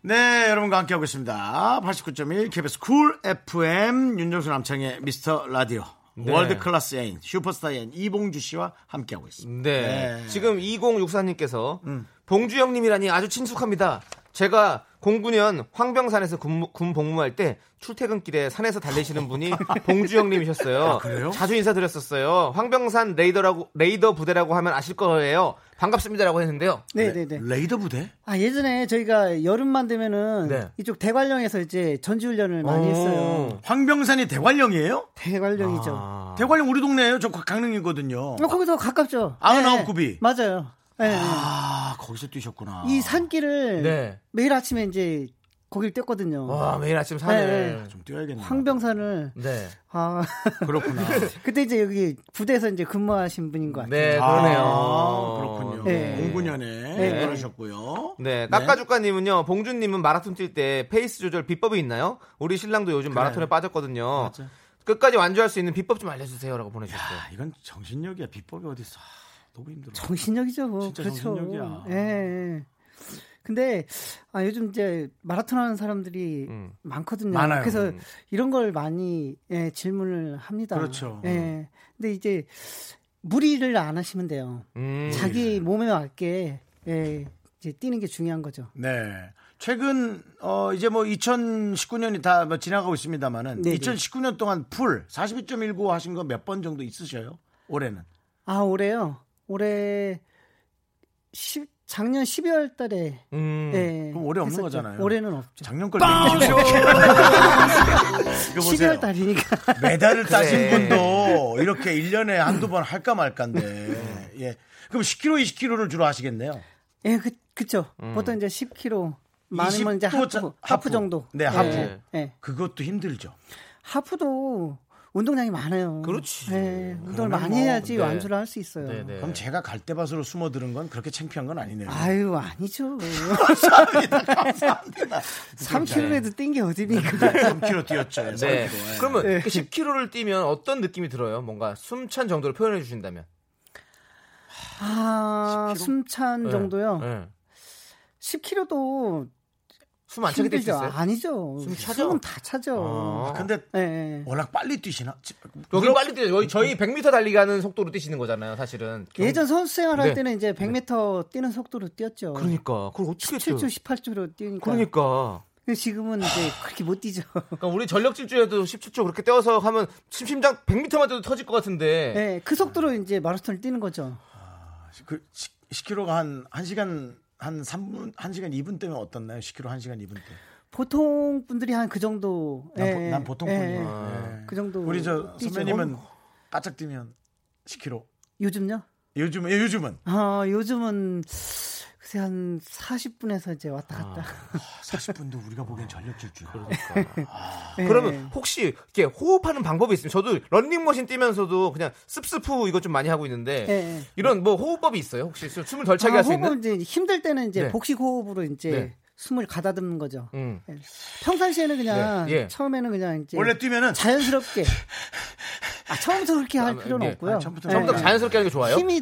네, 여러분과 함께하고 있습니다. 89.1 KBS 쿨 FM 윤정수 남창의 미스터 라디오 네. 월드 클래스 애인 슈퍼스타 애인 이봉주 씨와 함께하고 있습니다. 네. 지금 2064님께서 봉주 형님이라니 아주 친숙합니다. 제가 09년 황병산에서 군군 복무할 때 출퇴근길에 산에서 달리시는 분이 봉주 형님이셨어요. 자주 인사드렸었어요. 황병산 레이더라고 레이더 부대라고 하면 아실 거예요. 반갑습니다라고 했는데요. 네네네. 레이더 부대? 아 예전에 저희가 여름만 되면은 네. 이쪽 대관령에서 이제 전지훈련을 많이 오. 했어요. 황병산이 대관령이에요? 대관령이죠. 아. 아. 대관령 우리 동네예요. 저 강릉이거든요. 어, 거기서 가깝죠. 아흔아홉 네, 구비. 맞아요. 네. 아, 거기서 뛰셨구나. 이 산길을 네. 매일 아침에 이제 거길 뛰었거든요. 와 매일 아침 산을. 네. 좀 뛰어야겠네. 황병산을 네, 네. 아 그렇구나. 그때 이제 여기 부대에서 이제 근무하신 분인 것 같아요. 네, 그러네요. 아, 그렇군요. 네. 09년에 네. 그러셨고요. 네, 깎아주까님은요, 봉준님은 마라톤 뛸 때 페이스 조절 비법이 있나요? 우리 신랑도 요즘 마라톤에 빠졌거든요. 끝까지 완주할 수 있는 비법 좀 알려주세요라고 보내주셨어요. 아, 이건 정신력이야. 비법이 어디 있어? 아, 너무 힘들어. 정신력이죠, 뭐. 진짜 그렇죠. 정신력이야. 예, 예. 근데 아, 요즘 이제 마라톤 하는 사람들이 음. 많거든요. 많아요. 그래서 음. 이런 걸 많이 예, 질문을 합니다. 그렇죠. 예. 근데 이제 무리를 안 하시면 돼요. 음. 자기 몸에 맞게 예, 이제 뛰는 게 중요한 거죠. 네. 최근 어 이제 뭐 2019년이 다뭐 지나가고 있습니다만은 네, 네. 2019년 동안 풀 42.19 하신 거 몇 번 정도 있으셔요? 올해는. 아, 올해요. 올해 10 작년 12월 달에 음. 예. 그럼 올해 없는 했었죠. 거잖아요. 올해는 없죠. 작년 걸 빼고 이거 보세요. 12월 달이니까. 메달을 따신 그래. 분도 이렇게 1년에 한두 번 할까 말까인데. 예. 그럼 10kg, 20kg를 주로 하시겠네요. 예, 그, 그쵸. 보통 이제 10kg. 20 많으면 이제 또 하프, 음. 자- 하프, 하프. 정도. 네, 예, 하프. 예. 그것도 힘들죠. 하프도 운동량이 많아요. 그렇지. 예, 운동을 그러면 많이 뭐, 해야지 네. 완주를 할 수 있어요. 네, 네. 그럼 제가 갈대밭으로 숨어드는 건 그렇게 창피한 건 아니네요. 아유, 아니죠. 감사합니다. 네. 3kg라도 뛴 게 어딥니까? 3kg 뛰었죠. 3kg. 네. 예. 그러면 10kg를 뛰면 어떤 느낌이 들어요? 뭔가 숨찬 정도로 표현해 주신다면. 아, 숨찬 네. 정도요? 네. 10kg도 숨 안 차게 뛸 수 힘들죠. 있어요? 아니죠. 숨 차죠? 숨은 다 아. 차죠. 근데 예, 예. 워낙 빨리 뛰시나? 지- 여기 빨리 뛰죠. 저희, 저희 100m 달리기 하는 속도로 뛰시는 거잖아요, 사실은. 예전 선수 생활할 네. 때는 이제 100m 뛰는 속도로 뛰었죠. 그러니까. 그걸 어떻게 뛰어? 7초, 18초로 뛰니까. 그러니까. 근데 지금은 이제 그렇게 못 뛰죠. 그러니까 우리 전력 질주에도 17초 그렇게 떼어서 하면 심- 심장 100m만 뛰도 터질 것 같은데. 네, 그 속도로 이제 마라톤을 뛰는 거죠. 그 10kg가 한 1시간 한 3분 1시간 2분 때면 어떻나요? 10kg 1시간 2분 때. 보통 분들이 한 그 정도. 난, 예, 보- 난 보통뿐이에요. 예, 예. 그 정도. 우리 저 뛰죠. 선배님은 어, 바짝 뛰면 10kg. 요즘요? 요즘 예, 요즘은 아, 요즘은 글쎄 한 40분에서 이제 왔다 갔다. 40분도 우리가 보기엔 전력 질주. 예. 아. 그러면 혹시 이렇게 호흡하는 방법이 있으면 저도 런닝머신 뛰면서도 그냥 씁스프 이거 좀 많이 하고 있는데 예, 예. 이런 뭐 호흡법이 있어요? 혹시 좀 숨을 덜 차게 아, 할 수 호흡은 있는? 이제 힘들 때는 이제 네. 복식 호흡으로 이제 네. 숨을 가다듬는 거죠. 음. 예. 평상시에는 그냥 네, 예. 처음에는 그냥 이제 원래 뛰면은 자연스럽게 아, 처음부터 그렇게 할 필요는 예. 없고요. 아, 처음부터 예. 좀더 자연스럽게 하는 게 좋아요. 힘이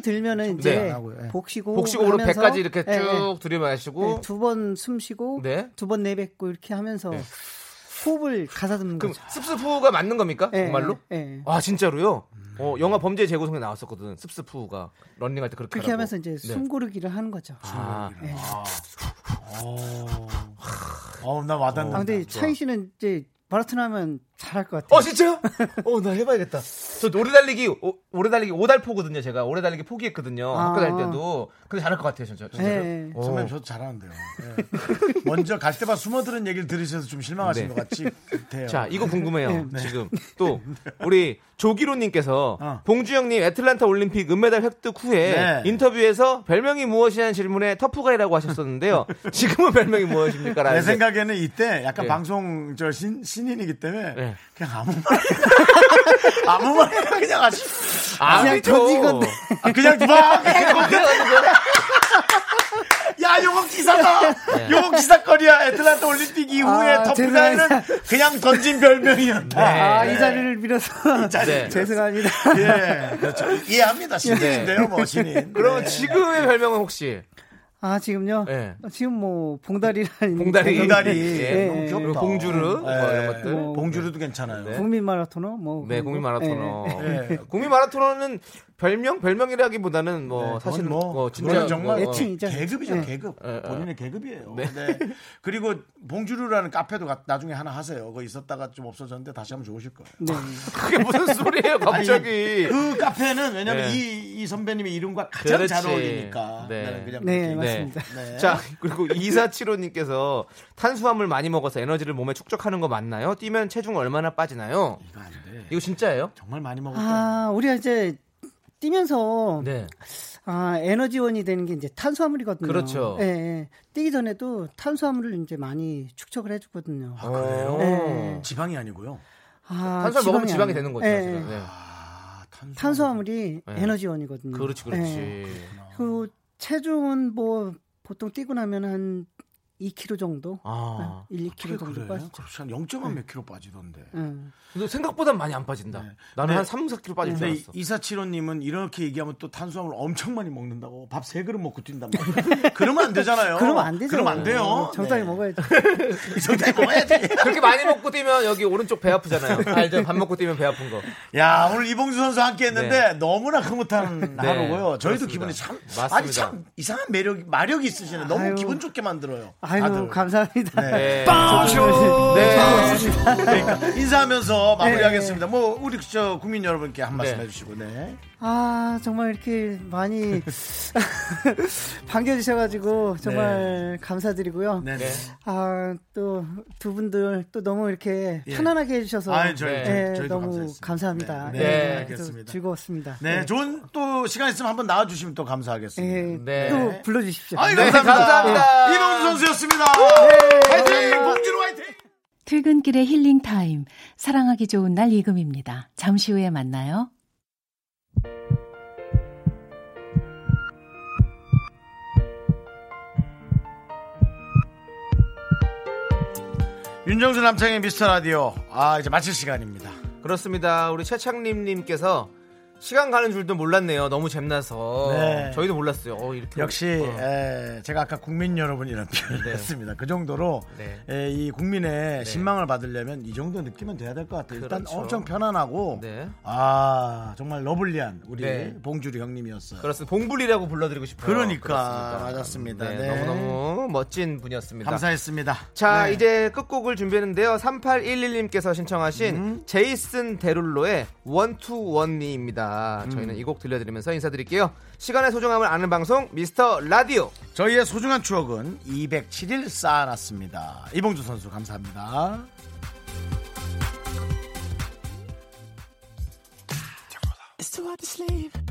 네. 들면은 이제 안 하고요. 예. 복식호흡 복식으로 하면서 배까지 이렇게 쭉 예, 예. 들이마시고 두 번 숨 쉬고 네. 두 번 내뱉고 이렇게 하면서 호흡을 가다듬는 그럼 거죠. 씁스프가 맞는 겁니까? 예, 정말로? 예, 예. 아 진짜로요? 어, 영화 범죄 재구성에 나왔었거든. 씁스프가 런닝할 때 그렇게 그렇게 하라고. 하면서 이제 네. 숨고르기를 하는 거죠. 아, 예. 어우 나 아, 와닿는다. 근데 차희 아, 씨는 이제 마라톤 하면 잘할 것 같아요. 어 진짜요? 어나 해봐야겠다. 저 오래 달리기 오- 오래 달리기 오달포거든요. 제가 오래 달리기 포기했거든요. 아. 학교 다닐 때도. 근데 잘할 것 같아요, 진짜. 진짜로. 네. 어. 선배님 저도 잘하는데요. 예. 먼저 갈 때만 숨어드는 얘기를 들으셔서 좀 실망하신 네. 것 같이 돼요. 자, 이거 궁금해요. 네. 지금 또 우리 조기로님께서 어. 봉주영님 애틀란타 올림픽 은메달 획득 후에 네. 인터뷰에서 별명이 무엇이냐는 질문에 터프가이라고 하셨었는데요. 지금은 별명이 내 무엇입니까? 라는 게. 생각에는 이때 약간 예. 방송 저 신, 신인이기 때문에 예. 그냥 아무 말이나 아무 말이나 그냥 하시 아, 그냥 그렇죠. 던진 건데. 아, 그냥 막 그래가지고 야, 요거 기사다. 예. 요거 기사거리야. 애틀란타 올림픽 이후에 아, 터프가이는 그냥 던진 별명이었다. 아, 네. 이 자리를 빌어서 네. 죄송합니다. 예, 그렇죠. 이해합니다. 신인인데요, 뭐 신인. 그러면 네. 지금의 별명은 혹시 아 지금요? 네. 지금 뭐 봉다리라는 네. 봉다리, 봉다리. 예. 너무 귀엽다. 그리고 봉주르 뭐 예. 이런 것들. 봉주르도 괜찮아요. 국민 마라토너 뭐 네, 국민 마라토너. 네. 네. 국민 마라토너는 별명 별명이라기보다는 뭐 네, 사실은 그건 뭐, 진짜 그거는 정말 어, 뭐, 애칭이- 애칭이죠. 계급이죠 예. 계급 예, 예. 본인의 계급이에요 네. 그리고 봉주루라는 카페도 가- 나중에 하나 하세요 그거 있었다가 좀 없어졌는데 다시 하면 좋으실 거예요 네. 그게 무슨 소리예요, 갑자기. 그 카페는 왜냐면 네. 이, 이 선배님의 이름과 가장 잘 그렇지. 어울리니까 네. 나는 그냥 네, 그렇게 맞습니다. 네. 자, 그리고 2475님께서 탄수화물 많이 먹어서 에너지를 몸에 축적하는 거 맞나요? 뛰면 체중 얼마나 빠지나요? 이거 안 돼. 이거 진짜예요? 정말 많이 먹었다 아 우리가 이제 뛰면서 네. 아 에너지원이 되는 게 이제 탄수화물이거든요. 그렇죠. 예, 예. 뛰기 전에도 탄수화물을 이제 많이 축적을 해주거든요. 아, 그래요? 네. 지방이 아니고요 아, 탄수화물 먹으면 아니에요. 지방이 되는 거죠, 예, 사실은. 예. 네. 아, 탄수화물. 탄수화물이 예. 에너지원이거든요. 그렇지, 그렇지. 예. 네. 아, 그 체중은 뭐 보통 뛰고 나면 한 2kg 정도, 아. 1, 2kg 어떻게 정도 그래? 빠지죠. 그렇지 한 0.1 몇 킬로 빠지던데 예. 근데 생각보다 많이 안 빠진다. 네. 나는 네. 한 3, 4kg 빠질 줄 근데 알았어. 이사치로님은 이렇게 얘기하면 또 탄수화물 엄청 많이 먹는다고 밥 세 그릇 먹고 뛴단 말이에요. 그러면 안 되잖아요. 그러면 안 되죠. 어, 그러면 안 돼요. 적당히 네. 먹어야죠. 적당히 먹어야지. 그렇게 많이 먹고 뛰면 여기 오른쪽 배 아프잖아요. 알죠? 밥 먹고 뛰면 배 아픈 거. 야 오늘 이봉주 선수 함께 했는데 너무나 흐뭇한 네, 하루고요. 저희도 그렇습니다. 기분이 참 맞습니다. 아니 참 이상한 매력 마력이 있으시네. 너무 아유. 기분 좋게 만들어요. 아유 다들. 감사합니다. 네. 네. 네. 그러니까 인사하면서 네. 마무리하겠습니다. 뭐 우리 저 국민 여러분께 한 말씀 네. 해주시고 네. 아 정말 이렇게 많이 반겨주셔가지고 정말 감사드리고요. 네. 네. 아 또 두 분들 또 너무 이렇게 예. 편안하게 해주셔서 아유, 저희- 예, 저희- 저희도 너무 감사했습니다. 감사합니다. 네. 예, 네, 그래서 알겠습니다. 즐거웠습니다. 네, 예. 좋은 또 시간 있으면 한번 나와주시면 또 감사하겠습니다. 예, 네. 또 불러주십시오. 아이, 네, 감사합니다. 감사합니다. 이병수 선수였습니다. 화이팅! 봉준호 화이팅! 퇴근길의 힐링 타임. 사랑하기 좋은 날 이금입니다. 잠시 후에 만나요. 윤정수 남창의 미스터 라디오. 아, 이제 마칠 시간입니다. 그렇습니다. 우리 최창림님께서 시간 가는 줄도 몰랐네요. 너무 잼나서 네. 저희도 몰랐어요. 어, 이렇게 역시 어. 에, 제가 아까 국민 여러분이라는 표현을 네. 했습니다. 그 정도로 네. 에, 이 국민의 신망을 받으려면 이 정도 느낌은 돼야 될 것 같아요. 일단 그렇죠. 엄청 편안하고 네. 아 정말 러블리한 우리 네. 봉주리 형님이었어요. 그렇습니다. 봉불이라고 불러드리고 싶어요. 그러니까. 그렇습니다. 맞았습니다. 네, 네. 너무너무 멋진 분이었습니다. 감사했습니다. 자, 네. 이제 끝곡을 준비했는데요. 3811님께서 신청하신 음. 제이슨 데룰로의 음. 원투원리입니다. 저희는 이 곡 들려드리면서 인사드릴게요. 시간의 소중함을 아는 방송 미스터 라디오. 저희의 소중한 추억은 207일 쌓아놨습니다. 이봉주 선수 감사합니다. It's too hard to sleep.